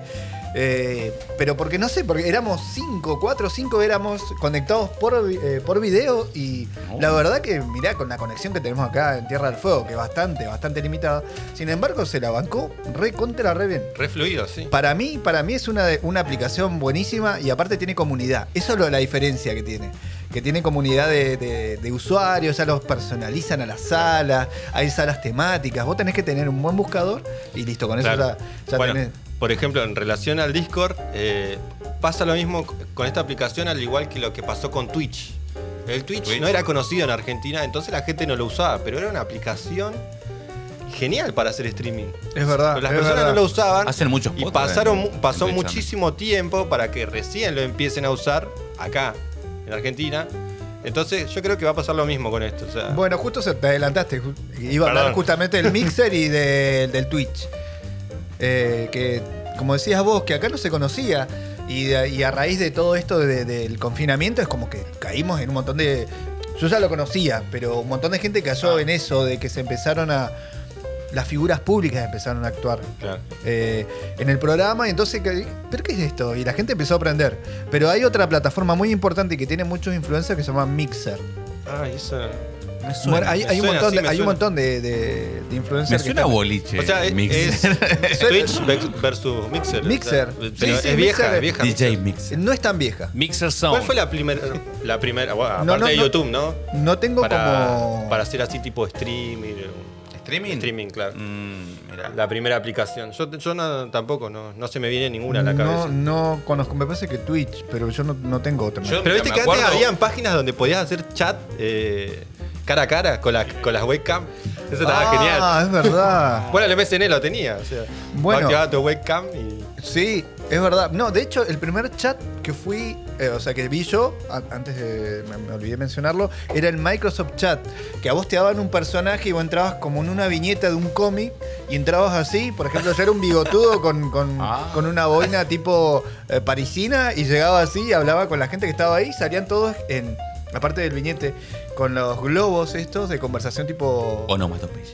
Speaker 2: Eh, pero porque no sé, porque éramos cinco, cuatro, cinco éramos conectados por, vi- eh, por video y
Speaker 4: No.
Speaker 2: la verdad que mirá con la conexión que tenemos acá en Tierra del Fuego, que bastante, bastante limitada, sin embargo se la bancó re contra re bien.
Speaker 3: Re fluido, sí.
Speaker 2: Para mí, para mí es una, de- una aplicación buenísima y aparte tiene comunidad. Eso es lo- la diferencia que tiene. Que tiene comunidad de, de- de usuarios, ya los personalizan a las salas, hay salas temáticas. Vos tenés que tener un buen buscador y listo, con eso
Speaker 3: Claro.
Speaker 2: ya, ya
Speaker 3: Bueno,
Speaker 2: tenés.
Speaker 3: Por ejemplo, en relación al Discord, eh, pasa lo mismo c- con esta aplicación, al igual que lo que pasó con Twitch. El Twitch,
Speaker 4: Twitch.
Speaker 3: no era conocido en Argentina, entonces la gente no lo usaba, pero era una aplicación genial para hacer streaming.
Speaker 2: Es verdad.
Speaker 3: Pero las
Speaker 2: es
Speaker 3: personas
Speaker 2: verdad.
Speaker 3: no lo usaban.
Speaker 4: Hacen muchos
Speaker 3: Y
Speaker 4: podcasts
Speaker 3: pasaron,
Speaker 4: en-
Speaker 3: mu- pasó
Speaker 4: en Twitch
Speaker 3: muchísimo tiempo para que recién lo empiecen a usar acá, en Argentina. Entonces yo creo que va a pasar lo mismo con esto. o sea,
Speaker 2: Bueno, justo se te adelantaste. ju- Iba a hablar
Speaker 5: Perdón.
Speaker 2: justamente del Mixer y de- del Twitch. Eh, que, como decías vos, que acá no se conocía. Y, de- y a raíz de todo esto de- del confinamiento es como que caímos en un montón de... Yo ya lo conocía, pero un montón de gente cayó en eso, de que se empezaron a... Las figuras públicas empezaron a actuar
Speaker 3: claro.
Speaker 2: eh, en el programa. Y entonces, que- ¿pero qué es esto? Y la gente empezó a aprender. Pero hay otra plataforma muy importante que tiene muchos influencers que se llama Mixer.
Speaker 3: Ah, eso-
Speaker 4: Me suena,
Speaker 2: Bueno, hay,
Speaker 3: me
Speaker 2: hay un
Speaker 3: suena,
Speaker 2: montón
Speaker 3: sí,
Speaker 2: de,
Speaker 3: me
Speaker 2: hay un
Speaker 3: suena.
Speaker 2: montón de, de- de influencers.
Speaker 4: me
Speaker 2: que
Speaker 4: suena
Speaker 2: están-
Speaker 4: boliche.
Speaker 3: O sea, es,
Speaker 4: Mixer.
Speaker 3: es Twitch vex- versus Mixer.
Speaker 2: Mixer.
Speaker 3: o sea,
Speaker 2: Sí,
Speaker 3: pero
Speaker 2: sí,
Speaker 3: es vieja,
Speaker 2: Mixer.
Speaker 3: es vieja.
Speaker 4: DJ Mixer.
Speaker 2: No es tan vieja.
Speaker 6: Mixer Sound.
Speaker 3: ¿Cuál fue la primera? La primera, bueno, aparte
Speaker 2: No, no,
Speaker 3: de
Speaker 2: no.
Speaker 3: YouTube, ¿no?
Speaker 2: No tengo
Speaker 3: Para,
Speaker 2: como.
Speaker 3: para hacer así tipo streaming.
Speaker 4: ¿Streaming?
Speaker 3: Streaming, claro.
Speaker 4: Mm, mirá.
Speaker 3: La primera aplicación. Yo, yo no- tampoco, no, no se me viene ninguna a la
Speaker 2: no,
Speaker 3: cabeza.
Speaker 2: no conozco. Me parece que Twitch, pero yo no, no tengo otra.
Speaker 4: Yo-
Speaker 3: Pero
Speaker 4: Mira,
Speaker 3: viste
Speaker 4: me
Speaker 3: que antes
Speaker 4: acuerdo-
Speaker 3: habían páginas donde podías hacer chat eh, cara a cara con las, con las webcam. Eso estaba
Speaker 2: ah,
Speaker 3: genial.
Speaker 2: es verdad.
Speaker 3: Bueno, el MSN lo tenía. O sea,
Speaker 2: Bueno.
Speaker 3: vos activabas tu webcam y.
Speaker 2: sí, es verdad. No, de hecho, el primer chat que fui, eh, o sea, que vi yo, a- antes de. Me, me olvidé mencionarlo, era el Microsoft Chat. Que a vos te daban un personaje y vos entrabas como en una viñeta de un cómic y entrabas así. Por ejemplo, yo era un bigotudo con, con,
Speaker 4: Ah.
Speaker 2: con una boina tipo eh, parisina y llegaba así y hablaba con la gente que estaba ahí. Salían todos en. Aparte del viñete, con los globos estos de conversación tipo.
Speaker 4: Oh, Onomatopeya.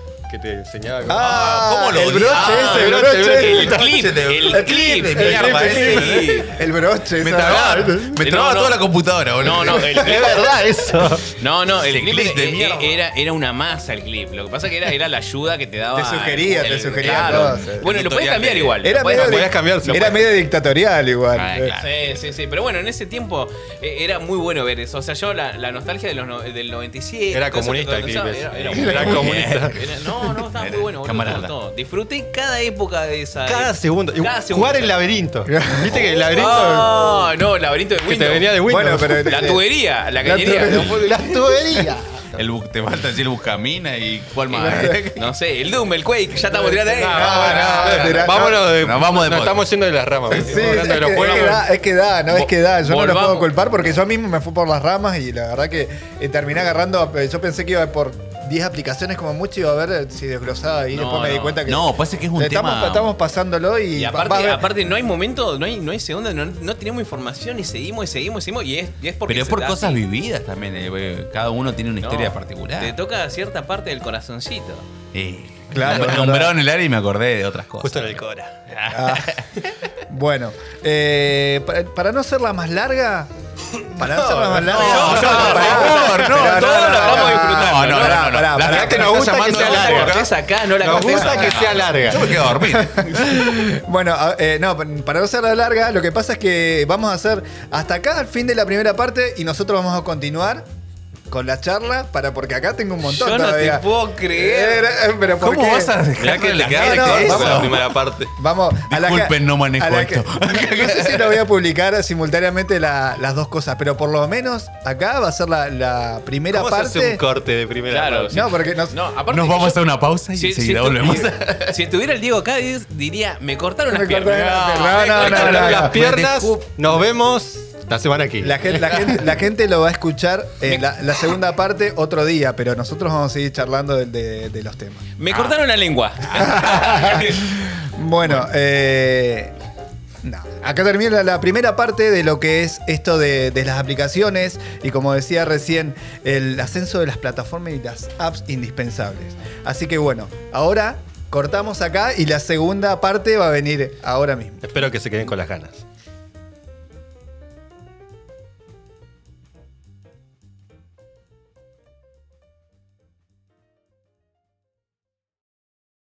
Speaker 3: Que te enseñaba. cómo-
Speaker 2: Ah,
Speaker 4: ¿cómo lo
Speaker 2: el
Speaker 4: odiaba?
Speaker 2: broche
Speaker 1: Ah,
Speaker 2: ese, el broche,
Speaker 6: el clip, el clip de
Speaker 2: el
Speaker 6: mierda
Speaker 2: clip, el
Speaker 6: ese.
Speaker 2: clip. El broche,
Speaker 4: Me
Speaker 2: esa-
Speaker 4: trababa,
Speaker 2: ah,
Speaker 4: me
Speaker 6: No,
Speaker 4: trababa
Speaker 6: no.
Speaker 4: Eh, toda la computadora, boludo.
Speaker 6: No, no, el clip.
Speaker 2: verdad eso.
Speaker 6: No, no, el
Speaker 4: Ese
Speaker 6: clip,
Speaker 4: clip de
Speaker 6: e- e-
Speaker 4: mierda.
Speaker 6: era, era una masa el clip. Lo que pasa que era, era la ayuda que te daba.
Speaker 2: Te sugería, te sugería cosas.
Speaker 6: Bueno, lo podés
Speaker 4: Tutorial
Speaker 6: cambiar
Speaker 4: de-
Speaker 6: igual.
Speaker 2: Era
Speaker 6: lo podés
Speaker 2: medio,
Speaker 6: cambiar.
Speaker 3: podías cambiar, se
Speaker 2: era
Speaker 3: puede.
Speaker 2: medio dictatorial igual.
Speaker 4: Ah,
Speaker 2: Eh,
Speaker 4: claro.
Speaker 6: Sí, sí, sí. Pero bueno, en ese tiempo eh, era muy bueno ver eso. O sea, yo la, la nostalgia de los no- del 97.
Speaker 3: Era
Speaker 6: todo eso que
Speaker 3: comunista el clip
Speaker 6: todo-
Speaker 3: ese.
Speaker 6: Era,
Speaker 3: Era
Speaker 6: muy bueno.
Speaker 3: comunista.
Speaker 6: Era- no, no, estaba
Speaker 4: Era
Speaker 6: muy bueno, boludo. me
Speaker 4: camarada.
Speaker 6: gustó. Disfruté cada época de esa.
Speaker 3: Ah, Cada segundo. Y
Speaker 6: Cada segundo.
Speaker 3: Jugar el laberinto. Viste que el laberinto.
Speaker 6: Ah, no, el laberinto de
Speaker 3: que
Speaker 6: Windows.
Speaker 3: te venía de Windows.
Speaker 2: Bueno, pero
Speaker 6: La tubería, la cañería.
Speaker 2: Las tuberías.
Speaker 4: El bu- te falta decir el buscamina y cuál más.
Speaker 6: No sé, el Doom, el Quake, ya estamos tirando ahí.
Speaker 3: No,
Speaker 2: Ah,
Speaker 3: no,
Speaker 2: no,
Speaker 3: no,
Speaker 2: no,
Speaker 3: vámonos de,
Speaker 4: Nos vamos
Speaker 3: nos
Speaker 4: de podcast.
Speaker 3: estamos yendo de las ramas.
Speaker 2: Sí,
Speaker 3: estamos
Speaker 2: sí, es, que,
Speaker 3: hablando de los
Speaker 2: es
Speaker 3: juegos.
Speaker 2: que da, es que da, no es que da. Yo no lo puedo
Speaker 6: Volvamos.
Speaker 2: culpar porque yo mismo me fui por las ramas y la verdad que eh, terminé agarrando. eh, Yo pensé que iba por 10 aplicaciones como mucho y iba a ver eh, si desglosaba y
Speaker 6: No,
Speaker 2: después me di
Speaker 6: no.
Speaker 2: cuenta que.
Speaker 4: No, pasa que es un
Speaker 2: estamos,
Speaker 4: tema.
Speaker 2: estamos pasándolo y,
Speaker 6: Y
Speaker 2: va a
Speaker 6: aparte,
Speaker 2: ver-
Speaker 6: aparte no hay momento, no hay, no hay segunda, no, no tenemos información y seguimos y seguimos y seguimos. Y es, y es porque
Speaker 4: Pero es
Speaker 6: se
Speaker 4: por
Speaker 6: da
Speaker 4: cosas
Speaker 6: así.
Speaker 4: vividas también. eh, eh, Cada uno tiene una
Speaker 6: No,
Speaker 4: historia particular.
Speaker 6: Te toca cierta parte del corazoncito.
Speaker 4: Eh,
Speaker 2: Claro,
Speaker 4: me
Speaker 2: es
Speaker 4: nombraron el área y me acordé de otras cosas.
Speaker 3: Justo en el Cora.
Speaker 2: Ah, bueno, eh, para, para no hacerla más larga. Para no, hacerla más larga.
Speaker 4: no, no, por favor, no, todos la vamos disfrutando. No, no, no, no, la
Speaker 2: pará,
Speaker 4: gente
Speaker 2: pará,
Speaker 4: nos
Speaker 2: está
Speaker 4: gusta que
Speaker 2: llamando
Speaker 4: sea
Speaker 2: a la
Speaker 4: larga.
Speaker 2: boca.
Speaker 6: Cortés acá, no la
Speaker 3: Nos
Speaker 6: cortés
Speaker 3: gusta
Speaker 6: acá.
Speaker 3: que sea larga.
Speaker 4: Yo me quedo a dormir.
Speaker 2: Bueno, a- eh, no, para no hacerla larga, lo que pasa es que vamos a hacer hasta acá el fin de la primera parte y nosotros vamos a continuar con la charla para porque acá tengo un montón
Speaker 6: Yo no
Speaker 2: todavía.
Speaker 6: te puedo creer.
Speaker 2: Eh, pero ¿por
Speaker 4: ¿Cómo
Speaker 2: qué?
Speaker 4: vas a dejar que le
Speaker 2: quedaste
Speaker 4: quede
Speaker 2: con
Speaker 4: eso?
Speaker 2: vamos.
Speaker 3: la primera parte.
Speaker 2: Vamos, a la
Speaker 4: Disculpen,
Speaker 2: que-
Speaker 4: no manejo
Speaker 2: a la que-
Speaker 4: esto.
Speaker 2: no sé si lo voy a publicar simultáneamente la- las dos cosas, pero por lo menos acá va a ser la, la primera
Speaker 3: ¿Cómo se hace
Speaker 2: parte.
Speaker 3: un corte de primera
Speaker 6: Claro,
Speaker 3: parte?
Speaker 2: no, porque no,
Speaker 6: No, aparte
Speaker 4: Nos
Speaker 6: que
Speaker 4: vamos a
Speaker 6: yo-
Speaker 4: hacer una pausa y
Speaker 6: si, si
Speaker 4: enseguida
Speaker 6: estu-
Speaker 4: volvemos.
Speaker 6: si estuviera el Diego acá, di- diría, me cortaron las
Speaker 2: Me cortaron las
Speaker 6: piernas.
Speaker 2: piernas. No,
Speaker 6: me
Speaker 2: no, no,
Speaker 6: cortaron
Speaker 2: no,
Speaker 6: las
Speaker 3: Las
Speaker 2: no.
Speaker 3: piernas,
Speaker 2: Me disculpo.
Speaker 3: nos vemos la semana aquí.
Speaker 2: la, gen- la gente, la gente lo va a escuchar en la, la segunda parte otro día, pero nosotros vamos a seguir charlando de, de- de los temas.
Speaker 6: piernas. Me cortaron la lengua.
Speaker 2: Bueno, eh, no. acá termina la, la primera parte de lo que es esto de, de las aplicaciones y como decía recién, el ascenso de las plataformas y las apps indispensables. Así que bueno, ahora cortamos acá y la segunda parte va a venir ahora mismo.
Speaker 3: Espero que se queden con las ganas.